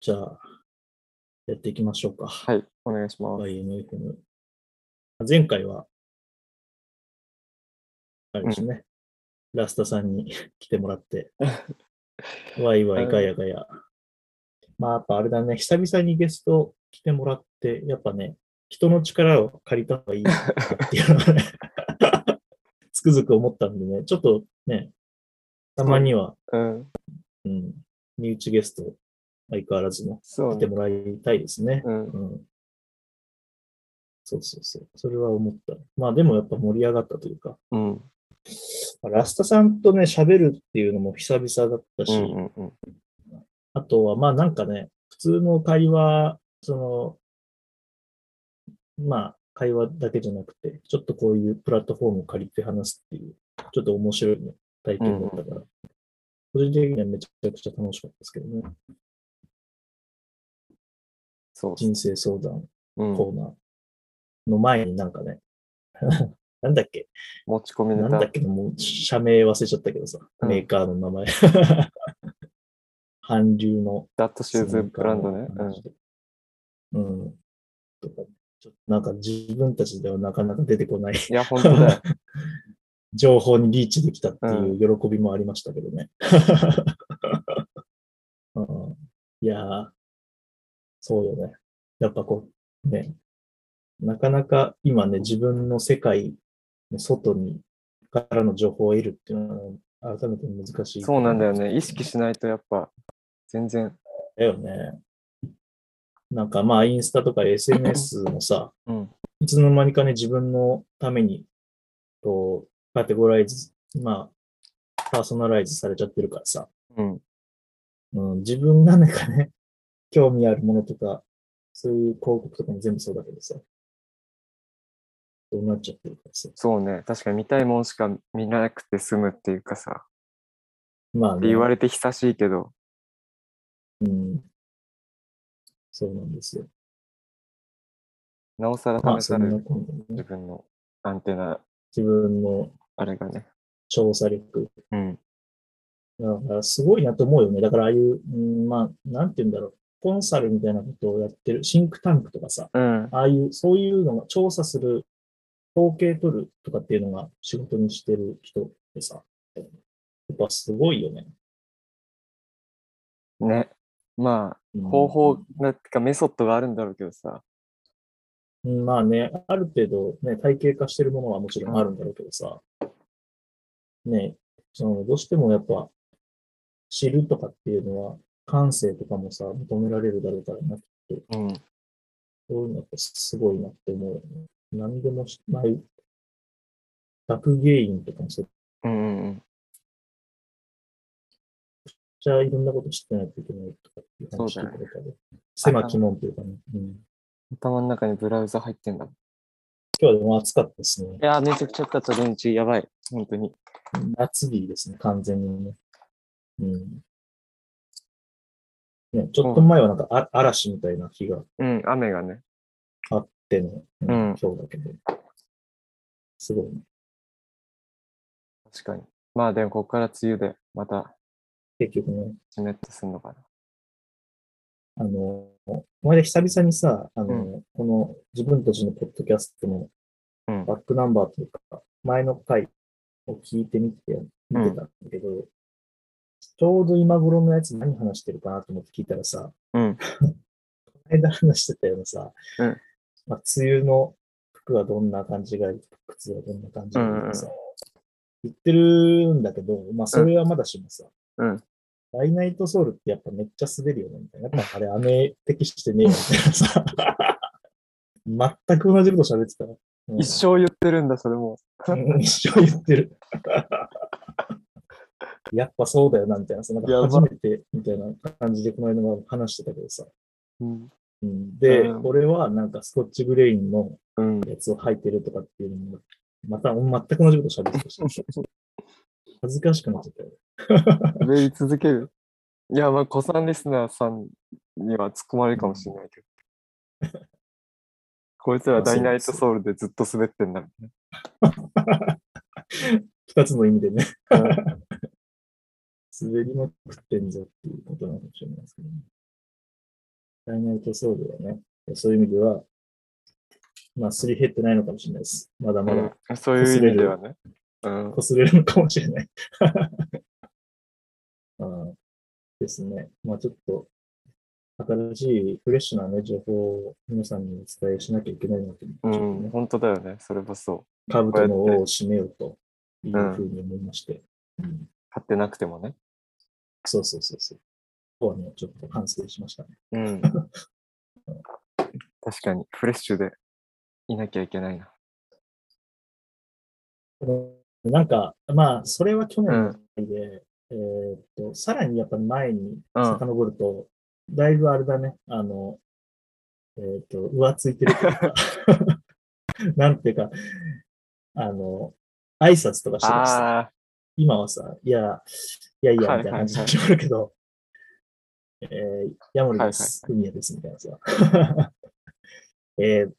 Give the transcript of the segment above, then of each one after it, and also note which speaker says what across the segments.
Speaker 1: じゃあ、やっていきましょうか。はい、
Speaker 2: お願いします。
Speaker 1: YMFM。前回は、あれですね、ラスタさんに 来てもらって、ワイワイガヤガヤ。まあ、やっぱあれだね、久々にゲスト来てもらって、やっぱね、人の力を借りた方がいいなっていうのは ね、つくづく思ったんでね、ちょっとね、たまには、
Speaker 2: うん、
Speaker 1: うん、身内ゲスト、相変わらずの、
Speaker 2: そう
Speaker 1: 来て
Speaker 2: ね。
Speaker 1: もらいたいですね。
Speaker 2: うん、
Speaker 1: うんそうそうそう。それは思った。まあでもやっぱ盛り上がったというか、
Speaker 2: うん、
Speaker 1: まあラスタさんとね、喋るっていうのも久々だったし、
Speaker 2: うん、うん、うん、
Speaker 1: あとはまあなんかね、普通の会話、その、まあ会話だけじゃなくて、ちょっとこういうプラットフォームを借りて話すっていう、ちょっと面白い、ね、体験だったから、個人的にはめちゃくちゃ楽しかったですけどね。
Speaker 2: そう。
Speaker 1: 人生相談
Speaker 2: うん、
Speaker 1: コーナーの前になんかね、 なんだっけ
Speaker 2: 持ち込みネ
Speaker 1: なん
Speaker 2: タ
Speaker 1: だっ。けど、もう社名忘れちゃったけどさ、
Speaker 2: うん
Speaker 1: メーカーの名前。 韓流の
Speaker 2: ダットシューズブランドね。
Speaker 1: メーカーの話でうん。とか、ちょっとなんか自分たちではなかなか出てこ ない
Speaker 2: いや、本当だよ。
Speaker 1: 情報にリーチできたっていう喜びもありましたけどね。 うんいやー、そうよね。やっぱこう、ね、なかなか今ね、自分の世界の外にからの情報を得るっていうのは改めて難しい。
Speaker 2: そうなんだよね。意識しないとやっぱ、全然。
Speaker 1: だよね。なんかまあ、インスタとか SNS もさ、
Speaker 2: うん、
Speaker 1: いつの間にかね、自分のために、こう、カテゴライズ、まあ、パーソナライズされちゃってるからさ、
Speaker 2: うん、
Speaker 1: うん、自分がなんかね、 興味あるものとか、そういう広告とかも全部そうだけどさ、そうなっちゃってるからさ。
Speaker 2: そうね。確かに見たいもんしか見なくて済むっていうかさ、
Speaker 1: まあ
Speaker 2: っ
Speaker 1: ね、
Speaker 2: て言われて久しいけど、
Speaker 1: うん。そうなんですよ。
Speaker 2: なおさら
Speaker 1: まあ、
Speaker 2: 試
Speaker 1: そ
Speaker 2: さ
Speaker 1: ん
Speaker 2: れ
Speaker 1: な
Speaker 2: る
Speaker 1: 今度
Speaker 2: 自
Speaker 1: ね、
Speaker 2: 分のアンテナ、
Speaker 1: 自分の
Speaker 2: あれがね。
Speaker 1: 調査力
Speaker 2: うん、
Speaker 1: だからすごいなと思うよね。だからああいう、うん、まあ、なんて言うんだろう。コンサルみたいなことをやってる、シンクタンクとかさ、
Speaker 2: うん、
Speaker 1: ああいう、そういうのが調査する、統計取るとかっていうのが仕事にしてる人ってさ、やっぱすごいよね。
Speaker 2: ね。ま
Speaker 1: うん
Speaker 2: あ、方法が、てかメソッドがあるんだろうけどさ、
Speaker 1: うんまあね、ある程度ね、体系化してるものはもちろんあるんだろうけどさ、ね、そのどうしてもやっぱ知るとかっていうのは感性とかもさ、求められるだろうからな
Speaker 2: うん、
Speaker 1: そういうのってすごいなって思うよね。何でもしない。学芸員とかもそう
Speaker 2: うん、うんうん、
Speaker 1: じゃあいろんなこと知ってないといけないとかっていう話
Speaker 2: そ
Speaker 1: と
Speaker 2: うだ
Speaker 1: か
Speaker 2: ね
Speaker 1: で、狭き門というかね。うん、
Speaker 2: 頭の中にブラウザ入ってんだ。
Speaker 1: 今日はでも暑かったですね。
Speaker 2: いやー、めちゃくちゃ暑かった、土日。やばい。本当に。
Speaker 1: 夏日ですね、完全にね。うん。ね、ちょっと前はなんかあ嵐みたいな日があっ
Speaker 2: うん、雨がね。
Speaker 1: てね、うん
Speaker 2: うん
Speaker 1: 今日だけど。すごいね。
Speaker 2: 確かに。まあ、でも、ここから梅雨で、また、
Speaker 1: 結局ね、
Speaker 2: じめっとすんのかな。
Speaker 1: あの、この間久々にさ、あの、この自分たちのポッドキャストの
Speaker 2: うん
Speaker 1: バックナンバーというか、前の回を聞いてみて、見てたんだけど、ちょうど今頃のやつ何話してるかなと思って聞いたらさ、
Speaker 2: うん。
Speaker 1: この間話してたようなさ、
Speaker 2: うん
Speaker 1: まあ、梅雨の服はどんな感じがいい、靴はどんな感じがいいとかさ、言ってるんだけど、まあそれはまだしもさ、
Speaker 2: うん
Speaker 1: ダイナイトソウルってやっぱめっちゃ滑るよね、みたいな。やっぱあれ雨適してねえよ、みたいなさ。全く同じこと喋ってたら。うん
Speaker 2: 一生言ってるんだ、それも。
Speaker 1: うん一生言ってる。やっぱそうだよな、みたいなさ。なん
Speaker 2: や
Speaker 1: か
Speaker 2: ば
Speaker 1: 初めて、みたいな感じで、この間も話してたけどさ。
Speaker 2: うん。
Speaker 1: うんで、
Speaker 2: うん
Speaker 1: 俺はなんかスコッチグレインの
Speaker 2: うん。
Speaker 1: やつを履いてるとかっていうのも、また全く同じこと喋ってたし。恥ずかしくなっちゃったよ。
Speaker 2: 滑り続ける。いや、まあ、子さんリスナーさんには突っ込まれるかもしれないけど。こいつらダイナイトソウルでずっと滑ってんだ。
Speaker 1: 二つの意味でね。
Speaker 2: うん
Speaker 1: 滑りまくってんぞっていうことなのかもしれないですけどね。来年受けそうだよね。そういう意味では、まあ、すり減ってないのかもしれないです。まだまだ
Speaker 2: うん、そういう意味ではね。うん。
Speaker 1: 擦れるのかもしれない。 あーですね。まあちょっと、新しいフレッシュな、ね、情報を皆さんにお伝えしなきゃいけないなと
Speaker 2: う
Speaker 1: 思って、
Speaker 2: ん、本当だよね。それこそ、
Speaker 1: カブトの王を締めようというふうに思いまして、うん
Speaker 2: 買ってなくてもね。
Speaker 1: そうそうそうそう。ここはね、ちょっと反省しましたね。
Speaker 2: うん。確かに、フレッシュでいなきゃいけないな。
Speaker 1: なんか、まあ、それは去
Speaker 2: う
Speaker 1: 年
Speaker 2: ん。
Speaker 1: で、えーっと、さらにやっぱ前に
Speaker 2: うん。
Speaker 1: 遡ると、だいぶあれだね、あの、えーっと、浮ついてるという か、なんていうか、あの、挨拶とかしてました。
Speaker 2: あ
Speaker 1: 今はさ、いや、いやいや、
Speaker 2: はい
Speaker 1: みたいな
Speaker 2: は
Speaker 1: 感
Speaker 2: いはい
Speaker 1: じに決まるけど、えー、ヤモリです、海谷です、みたいなさ。 えー、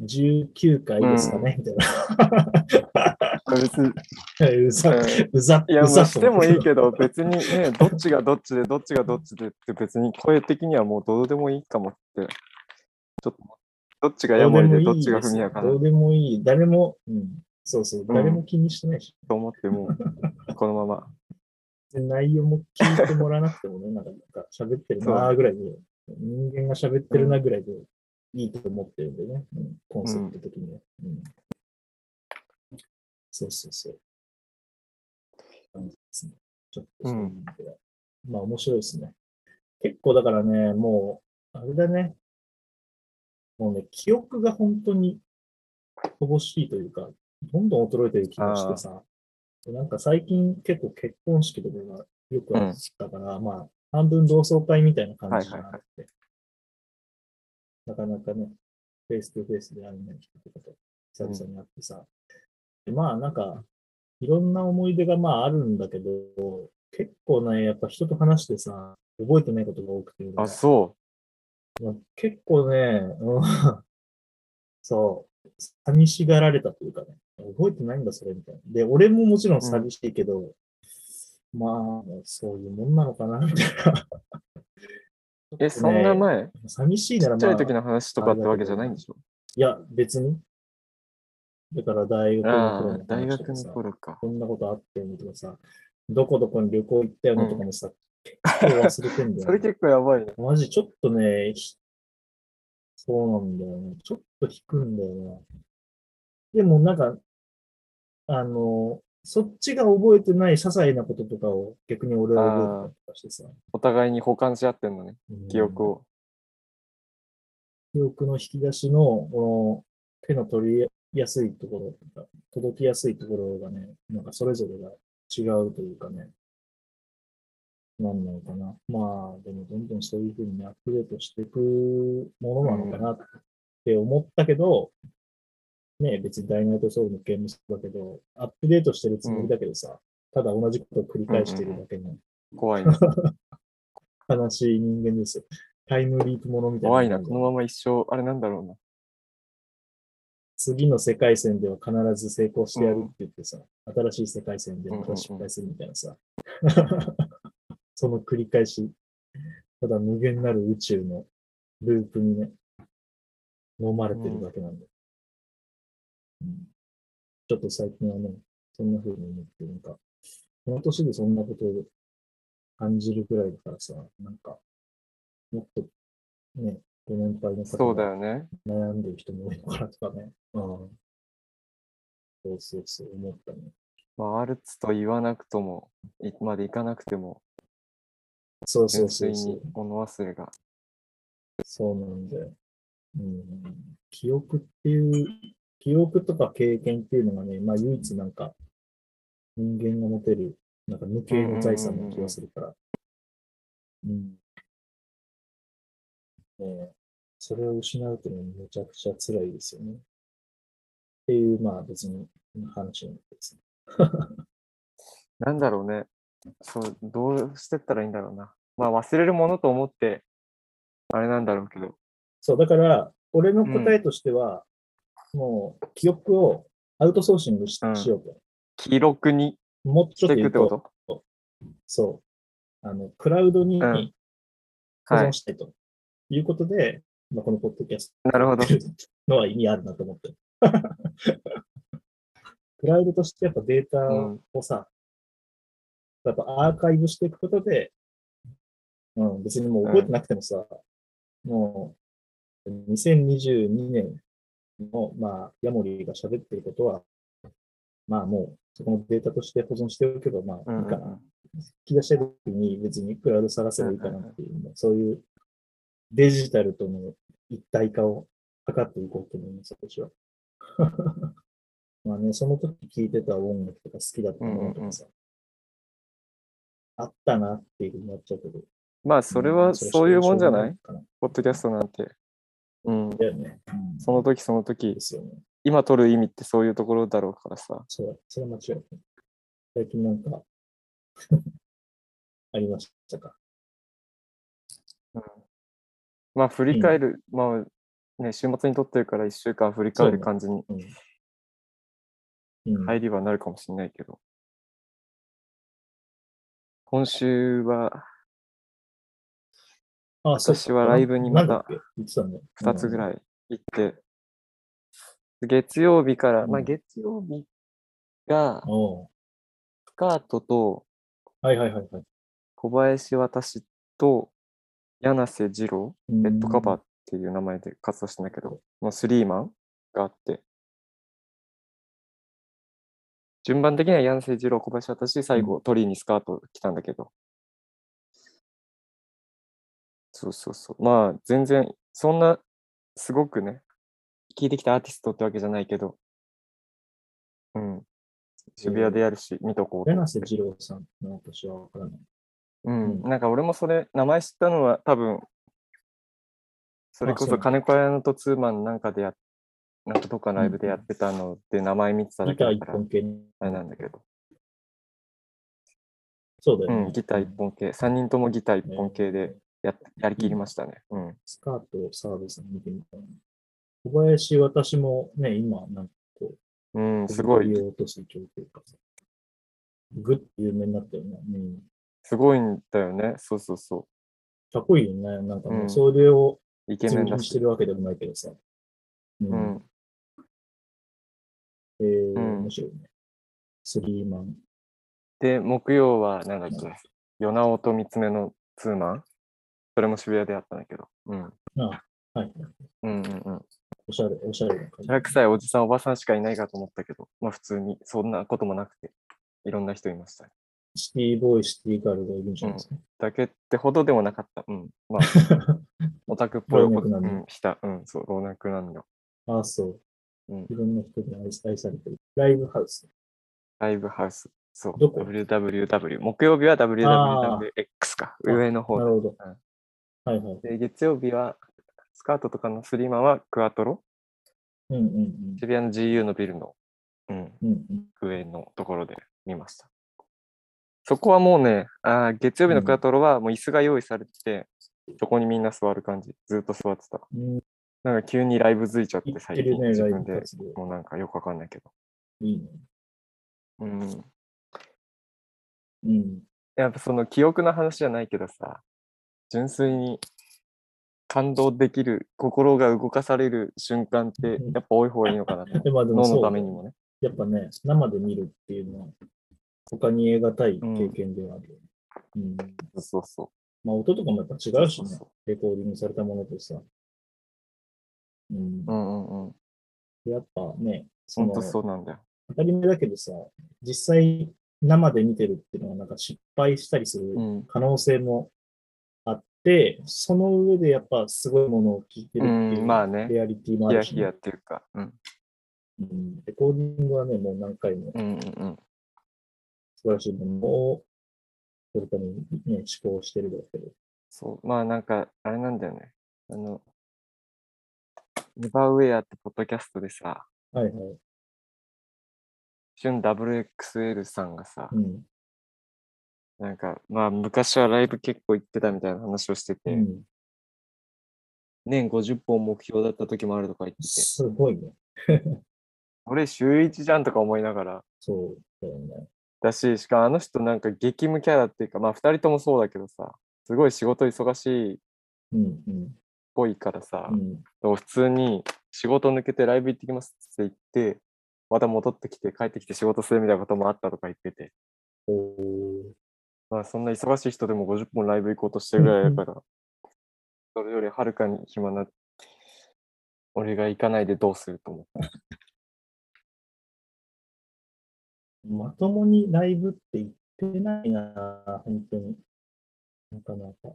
Speaker 1: 19回ですかね、みたいな。
Speaker 2: あ、別に、
Speaker 1: うざ、うざ、
Speaker 2: いや、
Speaker 1: う
Speaker 2: ま
Speaker 1: ざ
Speaker 2: あ
Speaker 1: っと
Speaker 2: して
Speaker 1: 思
Speaker 2: も
Speaker 1: った
Speaker 2: いいけど、別にね、どっちがどっちで、どっちがどっちでって、別に声的にはもうどうでもいいかもって、ちょっと、どっちがヤモリで、どっちがフミヤかな
Speaker 1: どうでもいい。誰も、うん、そうそう、
Speaker 2: うん
Speaker 1: 誰も気にしてないし、
Speaker 2: と思って、もう、このまま。
Speaker 1: 内容も聞いてもらわなくてもね、なんか、喋ってるなーぐらいで、人間が喋ってるなぐらいでいいと思ってるんでね、うんコンセプト的には、うんそうそうそう。感じですね。ちょっとそういう意味では、まあ面白いですね。結構だからね、もう、あれだね。もうね、記憶が本当に乏しいというか、どんどん衰えてる気がしてさ、なんか最近結構結婚式とかがよくあったから、まあ、半分同窓会みたいな感じじゃなくて、なかなかね、フェイスとフェイスで会うない人とかと久々に会ってさ、でまあなんか、いろんな思い出がまああるんだけど、結構ね、やっぱ人と話してさ、覚えてないことが多くて、
Speaker 2: あ、そ
Speaker 1: まあ結構ね、うん そう、寂しがられたというかね、覚えてないんだ、それみたいな。で、俺ももちろん寂しいけど、まあ、そういうもんなのかな、 みたいな。
Speaker 2: う。え、そんな前、
Speaker 1: 寂しいな
Speaker 2: ち
Speaker 1: ら
Speaker 2: っちゃ
Speaker 1: ま
Speaker 2: い時
Speaker 1: あ、
Speaker 2: の話とかってわけじゃないんでしょ
Speaker 1: いや、別に。だから大学の頃
Speaker 2: ああ
Speaker 1: の、
Speaker 2: 大
Speaker 1: 話と
Speaker 2: 学
Speaker 1: か
Speaker 2: の
Speaker 1: さ、
Speaker 2: 頃か。
Speaker 1: こんなことあってんのとかさ、どこどこに旅行行ったよねとかも さ、結構忘れてんだよ、ね。
Speaker 2: それ結構やばいね。
Speaker 1: マジ、ちょっとね、ひそうなんだよね。ちょっと引くんだよな。でもなんか、あの、そっちが覚えてない些細なこととかを逆に俺は覚えてたりとかしてさ。
Speaker 2: お互いに保管し合ってんのね、
Speaker 1: うん
Speaker 2: 記憶を。
Speaker 1: 記憶の引き出しの、この手の取りやすいところとか、届きやすいところがね、なんかそれぞれが違うというかね、なんなのかな。まあ、でもどんどんそういうふうにアップデートしていくものなのかなって思ったけど、ね、別にダイナイトソウルのゲームだけど、アップデートしてるつもりだけどさ、ただ同じことを繰り返しているだけの
Speaker 2: 怖いな。
Speaker 1: 悲しい人間ですよ。タイムリープものみたいな。
Speaker 2: 怖いな。このまま一生、あれなんだろうな。
Speaker 1: 次の世界線では必ず成功してやるって言ってさ、新しい世界線でまた失敗するみたいなさ、 その繰り返し、ただ無限なる宇宙のループにね、飲まれてるだけなんで、うんちょっと最近はね、そんな風に思って、なんか、この年でそんなことを感じるくらいだからさ、なんか、もっとね、ご年配の方
Speaker 2: そう
Speaker 1: が
Speaker 2: だよね。
Speaker 1: 悩んでる人も多いのかなとかね。うん。そうそうそう、思ったね。
Speaker 2: まあ、アルツと言わなくとも、いまで行かなくても、
Speaker 1: そうそ
Speaker 2: 純
Speaker 1: うそ
Speaker 2: 粋
Speaker 1: うそ
Speaker 2: に
Speaker 1: う。
Speaker 2: 物忘れが。
Speaker 1: そうなんだよ。うん。記憶っていう、記憶とか経験っていうのがね、まあ唯一なんか人間が持てる、なんか無形の財産な気がするから。うん。ねえそれを失うというのはめちゃくちゃ辛いですよね。っていう、まあ別に話なんですね。
Speaker 2: なんだろうね。そう、どうしてったらいいんだろうな。まあ、忘れるものと思って、あれなんだろうけど。
Speaker 1: そう、だから、俺の答えとしては、もう、記憶をアウトソーシングし,、
Speaker 2: うん
Speaker 1: しようと。
Speaker 2: 記録に
Speaker 1: もうちょ
Speaker 2: し
Speaker 1: っと
Speaker 2: ていく
Speaker 1: 言
Speaker 2: っ
Speaker 1: う
Speaker 2: てこと
Speaker 1: と、そう。あの、クラウドに
Speaker 2: うん
Speaker 1: 保
Speaker 2: は
Speaker 1: 存
Speaker 2: い。
Speaker 1: したいと。いうことで、まあ、このポッドキャス
Speaker 2: なるほど。
Speaker 1: ト のは意味あるなと思って。 クラウドとしてやっぱデータ
Speaker 2: うん
Speaker 1: をさ、やっぱアーカイブしていくことで、うん、別にもう覚えてなくてもさ、もう、2022年の、まあ、ヤモリが喋ってることは、まあもう、そこのデータとして保存しておけば、ま
Speaker 2: う
Speaker 1: あいい
Speaker 2: ん
Speaker 1: かな。引き出したいときに別にクラウド探せばいいかなっていう、ね、そういうデジタルとの一体化を図っていこうと思います、私は。 まあね、その時聴いてた音楽とか好きだったものとかさ、あったなっていうふうになっちゃうけど。
Speaker 2: まあ、それはそういうもんじゃない
Speaker 1: かな
Speaker 2: ポッドキャストなんて。うん。
Speaker 1: だよね。うん
Speaker 2: その時その時
Speaker 1: で、すよね。
Speaker 2: 今撮る意味ってそういうところだろうからさ。
Speaker 1: そう、それは間違いない。最近なんか、ありましたか
Speaker 2: まあ、振り返る、まあ、ね、週末に撮ってるから1週間振り返る感じに
Speaker 1: うん。い。
Speaker 2: 入りはなるかもしれないけど。今週は
Speaker 1: あ、そう
Speaker 2: 私はライブにまた
Speaker 1: なんだっけ言ってたね。
Speaker 2: 2つぐ
Speaker 1: い。
Speaker 2: らい行って、月曜日から、ま
Speaker 1: う
Speaker 2: あ
Speaker 1: ん
Speaker 2: 月曜日が
Speaker 1: おう
Speaker 2: スカートと
Speaker 1: はいはいはいはい。
Speaker 2: 小林私と柳瀬二郎レッドカバーっていう名前で活動してんだけど、のスリーマンがあって、順番的には柳瀬二郎、小林私、最後、鳥居にスカート着たんだけど、そうそうそう。まあ、全然、そんな、すごくね、聴いてきたアーティストってわけじゃないけど、うん。渋谷でやるし、見とこうと。
Speaker 1: 柳瀬二郎さんの私はわからない。
Speaker 2: うん、
Speaker 1: う
Speaker 2: なんか俺もそれ、名前知ったのは多分、それこ
Speaker 1: あそ
Speaker 2: そう金子屋のとツーマンなんかでやっ、なんかどっかのライブでや
Speaker 1: うん
Speaker 2: ってたので名前見てただ
Speaker 1: ギ
Speaker 2: け
Speaker 1: ター
Speaker 2: だ
Speaker 1: 一
Speaker 2: から、
Speaker 1: 本系に。
Speaker 2: あれなんだけど、
Speaker 1: そうだ
Speaker 2: う
Speaker 1: よね。
Speaker 2: ん、ギター一本系、3人ともギター一本系でやっやりきりましたね。うん。
Speaker 1: スカートを澤部さん見てみたいな。小林、私もね、今、なんか
Speaker 2: うん、すごい、
Speaker 1: 言おうとする状況かさ。グッて有名になったよね。うん。
Speaker 2: すごいんだよね。そうそうそ
Speaker 1: かっこいいよね。なんかもう
Speaker 2: うん
Speaker 1: それを
Speaker 2: う。イケ
Speaker 1: 自
Speaker 2: メ
Speaker 1: 分
Speaker 2: ンだ
Speaker 1: にし
Speaker 2: し。
Speaker 1: てるわけでもないけどさ。う
Speaker 2: う。ん。
Speaker 1: えー、
Speaker 2: うん
Speaker 1: 面白いね。スリーマン。
Speaker 2: で、木曜は、なんだっけ、夜なおと三つ目のツーマンそれも渋谷でやったんだけど、うん。
Speaker 1: はい。
Speaker 2: うんうんうん。
Speaker 1: おしゃれ、おしゃれな感じ。
Speaker 2: 100歳おじさんおばさんしかいないかと思ったけど、まあ普通にそんなこともなくて、いろんな人いましたね。
Speaker 1: シティボーイ、シティガールがいるんじゃないですか。
Speaker 2: だけってほどでもなかった。うん。まあ、 オタクっぽい
Speaker 1: 老
Speaker 2: こ
Speaker 1: 若
Speaker 2: と、う
Speaker 1: 男女
Speaker 2: ん、した。うん、そう、老若男女。
Speaker 1: ああ、そう。
Speaker 2: うん
Speaker 1: い。ろんな人に愛さ愛されてる。ライブハウス。
Speaker 2: ライブハウス。そう。
Speaker 1: どこ
Speaker 2: ?www。木曜日は wwwx か。
Speaker 1: ー
Speaker 2: 上の方
Speaker 1: なるほど。
Speaker 2: うん
Speaker 1: はいはい。
Speaker 2: で。月曜日は、スカートとかのスリーマンはクアトロ。
Speaker 1: うんうん
Speaker 2: 渋谷の GU のビルの、うん、
Speaker 1: うん。うんうん、
Speaker 2: 上のところで見ました。そこはもうね、あー月曜日のクアトロはもう椅子が用意されてて、そこにみんな座る感じ、ずっと座ってた。
Speaker 1: うん
Speaker 2: なんか急にライブ付いちゃって
Speaker 1: 行っ
Speaker 2: 最
Speaker 1: てる
Speaker 2: 近
Speaker 1: ね、
Speaker 2: 自
Speaker 1: ライ
Speaker 2: 分
Speaker 1: ブ
Speaker 2: で、
Speaker 1: 活動。
Speaker 2: もうなんかよくわかんないけど。
Speaker 1: いいね。
Speaker 2: うん、
Speaker 1: うん。
Speaker 2: やっぱその記憶の話じゃないけどさ、純粋に感動できる、心が動かされる瞬間って
Speaker 1: うん
Speaker 2: やっぱ多い方がいいのかなと思
Speaker 1: で、まあで
Speaker 2: う。
Speaker 1: も
Speaker 2: 脳の
Speaker 1: そ
Speaker 2: た
Speaker 1: う
Speaker 2: め、にもね。
Speaker 1: やっぱね、生で見るっていうのは、他に得難い経験ではあるよね。うん。
Speaker 2: そうそう。
Speaker 1: まあ音とかもやっぱ違うし
Speaker 2: そう
Speaker 1: ね
Speaker 2: そ、
Speaker 1: レコーディングされたものとさ。うん
Speaker 2: う。うんうんうん。
Speaker 1: やっぱね、そ
Speaker 2: 本
Speaker 1: の、
Speaker 2: 当そうなんだよ。
Speaker 1: 当たり前だけどさ、実際生で見てるっていうのはなんか失敗したりする
Speaker 2: うん。
Speaker 1: 可能性もあって、その上でやっぱすごいものを聞いてるっていうう、
Speaker 2: んまあね
Speaker 1: リアリティもあ
Speaker 2: ヒヤ
Speaker 1: るし
Speaker 2: ヒ
Speaker 1: ね、
Speaker 2: ヤっていうか。うん。
Speaker 1: うんレコーディングはね、もう何回も
Speaker 2: うんうんうん。
Speaker 1: 素晴らしいものを、それためにね、思考してるんだけど。
Speaker 2: そう、まあなんか、あれなんだよね。あの、ネバーウェアってポッドキャストでさ、
Speaker 1: はいはい。
Speaker 2: 旬 WXL さんがさ、
Speaker 1: うん。
Speaker 2: なんか、まあ昔はライブ結構行ってたみたいな話をしてて、
Speaker 1: うん、
Speaker 2: 年50本目標だった時もあるとか言ってて、
Speaker 1: すごいね。
Speaker 2: 俺週1じゃんとか思いながら、
Speaker 1: そうだよね。
Speaker 2: だし、しかもあの人なんか激務キャラっていうか、まあ2人ともそうだけどさ、すごい仕事忙しい
Speaker 1: うんうん。
Speaker 2: ぽいからさ、
Speaker 1: うん。
Speaker 2: 普通に仕事抜けてライブ行ってきますって言って、また戻ってきて帰ってきて仕事するみたいなこともあったとか言ってて、
Speaker 1: おー
Speaker 2: まあそんな忙しい人でも50本ライブ行こうとしてるぐらいだから、それよりはるかに暇な、俺が行かないでどうすると思った。
Speaker 1: まともにライブって言ってないな、本当に。なかなか。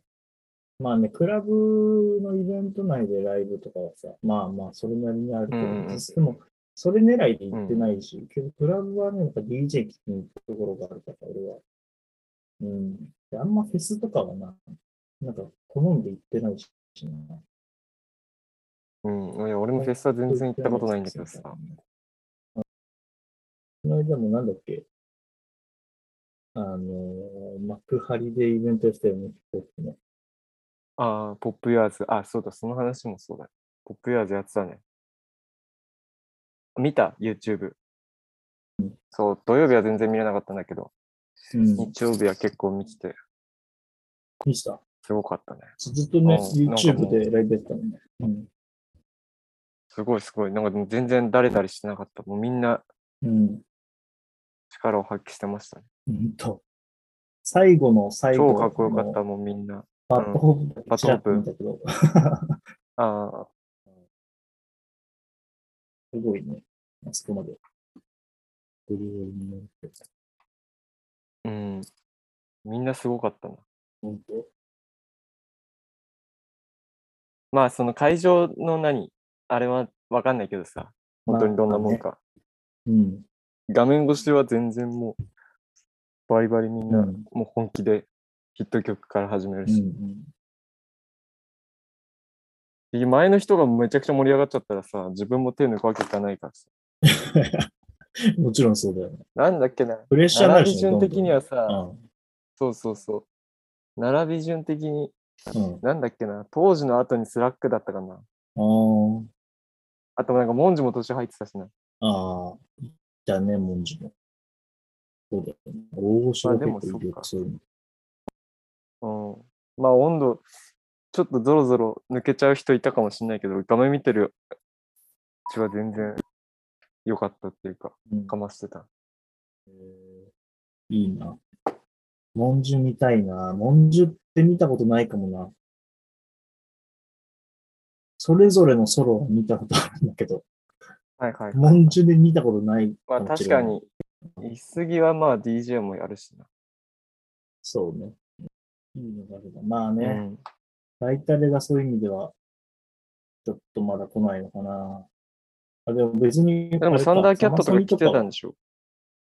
Speaker 1: まあね、クラブのイベント内でライブとかはさ、まあまあ、それなりにあるけど、
Speaker 2: うんうん
Speaker 1: でも、それ狙いで行ってないし、けど、クラブはね、なんか DJ 聞くところがあるから、俺は。うん。であんまフェスとかはな、なんか好んで行ってないしな。
Speaker 2: うん、いや俺もフェスは全然行ったことないんだけどさ、
Speaker 1: この間もなんだっけあのー、幕張でイベントしたよね、ヒップホップの。
Speaker 2: ああ、ポップヤーズ、あ、そうだ、その話もそうだ。ポップヤーズやってたね。見た ?YouTube
Speaker 1: うん。
Speaker 2: そう、土曜日は全然見れなかったんだけど、
Speaker 1: うん。
Speaker 2: 日曜日は結構見てて、
Speaker 1: 見した。
Speaker 2: すごかったね。
Speaker 1: ずっとね、
Speaker 2: うんなんかも
Speaker 1: YouTube
Speaker 2: う
Speaker 1: でライブやってたのね。うん。
Speaker 2: すごいすごい。なんかでも全然だれたりしてなかった。もうみんな
Speaker 1: うん。
Speaker 2: 力を発揮してましたね。
Speaker 1: うんと。最後の最後
Speaker 2: 超かっこよかった、もうみんな。
Speaker 1: あの。バットホープ、
Speaker 2: バッドホープ
Speaker 1: だけど、
Speaker 2: ああ、
Speaker 1: すごいね。あそこまで。ブルーに乗って
Speaker 2: うん。みんなすごかったな。
Speaker 1: ほんと
Speaker 2: まあ、その会場の何あれはわかんないけどさ、本当にどんなもん。か。
Speaker 1: まあね
Speaker 2: 画面越しは全然もう、バリバリみん
Speaker 1: うん。う
Speaker 2: な、
Speaker 1: ん。
Speaker 2: もう本気でヒット曲から始める
Speaker 1: うんう
Speaker 2: し、
Speaker 1: ん。
Speaker 2: 前の人がめちゃくちゃ盛り上がっちゃったらさ、自分も手抜くわけいかないからさ。
Speaker 1: もちろんそうだよね。
Speaker 2: なんだっけな、
Speaker 1: プレッシャーになる
Speaker 2: 並
Speaker 1: し
Speaker 2: び
Speaker 1: ね、
Speaker 2: 順的にはさ、
Speaker 1: どん
Speaker 2: そうそうそう、並び順的に、
Speaker 1: どん、うん。うん。
Speaker 2: なんだっけな、当時の後にスラックだったかな。
Speaker 1: あー
Speaker 2: あとなんか、文字も年入ってたしな。
Speaker 1: あー、だね、もんじも。そうだよね。大御所は結構いるよ
Speaker 2: まあでもそっか
Speaker 1: そういうの
Speaker 2: うん。まあ、温度、ちょっとゾロゾロ抜けちゃう人いたかもしれないけど、画面見てるうちは全然良かったっていうか、
Speaker 1: うん
Speaker 2: かましてた。
Speaker 1: えーいいな。もんじゅ見たいな。もんじゅって見たことないかもな。それぞれのソロは見たことあるんだけど、
Speaker 2: はいはいはい。
Speaker 1: もんじゅで見たことない
Speaker 2: まあ
Speaker 1: も
Speaker 2: 確
Speaker 1: しれ
Speaker 2: か
Speaker 1: ない。
Speaker 2: に、いすぎはまあ DJ もやるしな。
Speaker 1: そうね。いいのがあるな。まあ
Speaker 2: う
Speaker 1: ね、
Speaker 2: ん。
Speaker 1: ライタレがそういう意味では、ちょっとまだ来ないのかな。あでも別にあれか。
Speaker 2: でもサンダーキャットと
Speaker 1: サマソ
Speaker 2: か
Speaker 1: ニ
Speaker 2: 来てたんでしょ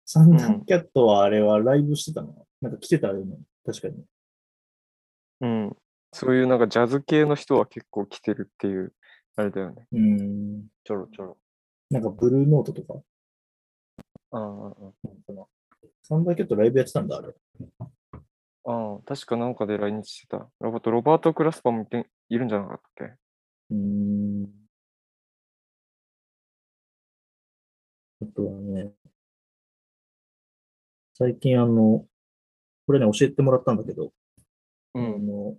Speaker 1: サンダーキャットはあれはライブしてたの、なんか来てたよね。確かに。
Speaker 2: うん。そういうなんかジャズ系の人は結構来てるっていう、あれだよね。
Speaker 1: うーん。
Speaker 2: ちょろちょろ。
Speaker 1: なんかブルーノートとか。
Speaker 2: ああ
Speaker 1: なんかなサンダーキャットライブやってたんだ、あれ。
Speaker 2: ああ、ああ確かなんかで来日してた。ロバート、ロバート・クラスパーもいているんじゃなかったっけ
Speaker 1: うーん。あとはね、最近あの、これね、教えてもらったんだけど、
Speaker 2: う
Speaker 1: あ。の、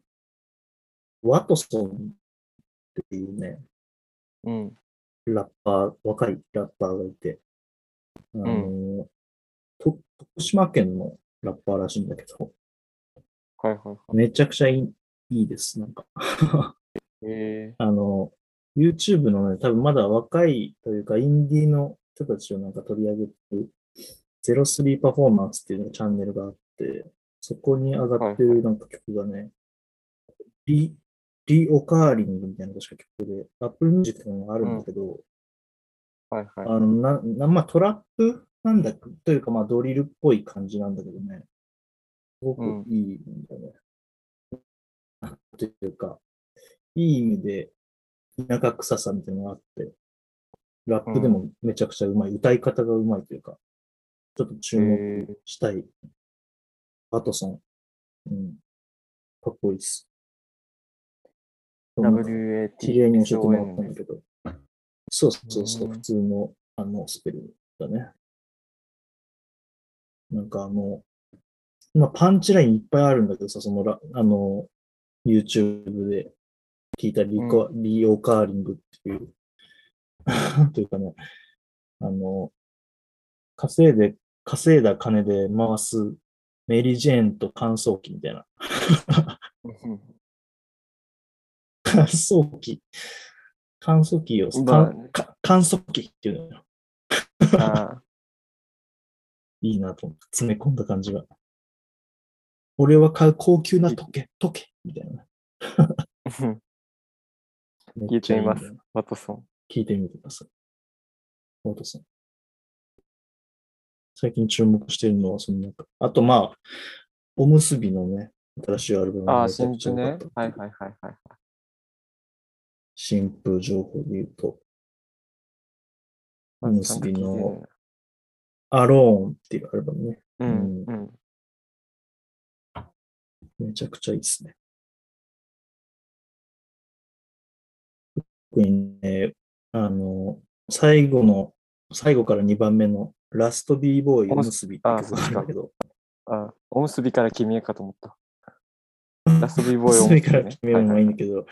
Speaker 1: ワトソンっていうね、
Speaker 2: うん。
Speaker 1: ラッパー、若いラッパーがいて、あの、と徳島県のラッパーらしいんだけど、
Speaker 2: はいはいは
Speaker 1: めちゃくちゃいいいいです、なんか。
Speaker 2: い。へえ。
Speaker 1: あの、YouTube のね、多分まだ若いというか、インディーの人たちをなんか取り上げてる、03パフォーマンスっていうのチャンネルがあって、そこに上がって
Speaker 2: はい
Speaker 1: るなんか曲がね、リ、リオカーリングみたいな確か曲で、Apple Music とかにもあるんだけど、
Speaker 2: はいはい。
Speaker 1: あの、な、なまあ、トラップなんだというか、まあ、ドリルっぽい感じなんだけどね。すごく
Speaker 2: うん
Speaker 1: いいんだよね。というか、いい意味で、田舎臭さみたいなのがあって、ラップでもめちゃくちゃうまい、歌い方がうまいというか、ちょっと注
Speaker 2: へ
Speaker 1: 目したい。ワトソン。うん。かっこいいっす。
Speaker 2: WAT。
Speaker 1: 知り合いに教えてもらったんだけど。そうそうそうう、
Speaker 2: ん
Speaker 1: 普通の、あの、スペルだね。なんかあの、まあ、パンチラインいっぱいあるんだけどさ、そのラ、あの、YouTube で、聞いたリコ、リオカーリングっていう、 というかね、あの、稼いで、稼いだ金で回すメリー・ジェーンと乾燥機みたいな。乾燥機。乾燥機を、
Speaker 2: ま
Speaker 1: か
Speaker 2: あ
Speaker 1: んか乾燥機っていうのよ。
Speaker 2: あ
Speaker 1: いいなと思って、詰め込んだ感じが。俺は買う高級な時計、時計みたいな。
Speaker 2: ー
Speaker 1: めっちゃんだよ
Speaker 2: 聞いてワトソン。
Speaker 1: 聞いてみてください。ワトソン。最近注目してるのは、そのなんか、あとまあ、おむすびのね、新しいアルバム
Speaker 2: あ
Speaker 1: が
Speaker 2: あ、
Speaker 1: めちゃく
Speaker 2: 新
Speaker 1: ちゃ
Speaker 2: 婦
Speaker 1: 良かった
Speaker 2: ね
Speaker 1: っていう。
Speaker 2: はいはいはいはい。
Speaker 1: 新風情報で言うと、
Speaker 2: まあ
Speaker 1: うん
Speaker 2: ちゃんと聞いてね
Speaker 1: 次アローンっていうアルバムね、
Speaker 2: うん、うん。
Speaker 1: めちゃくちゃいいですね。特にね、あの、最後の、最後から2番目のラスト b ボーイおむすびって曲があるんだけど、
Speaker 2: あ、おむすびから君へかと 思った。ラストビーボーイ
Speaker 1: おむ
Speaker 2: お
Speaker 1: す
Speaker 2: む
Speaker 1: び
Speaker 2: すび
Speaker 1: から
Speaker 2: ね
Speaker 1: 決めるのもいいんだけど、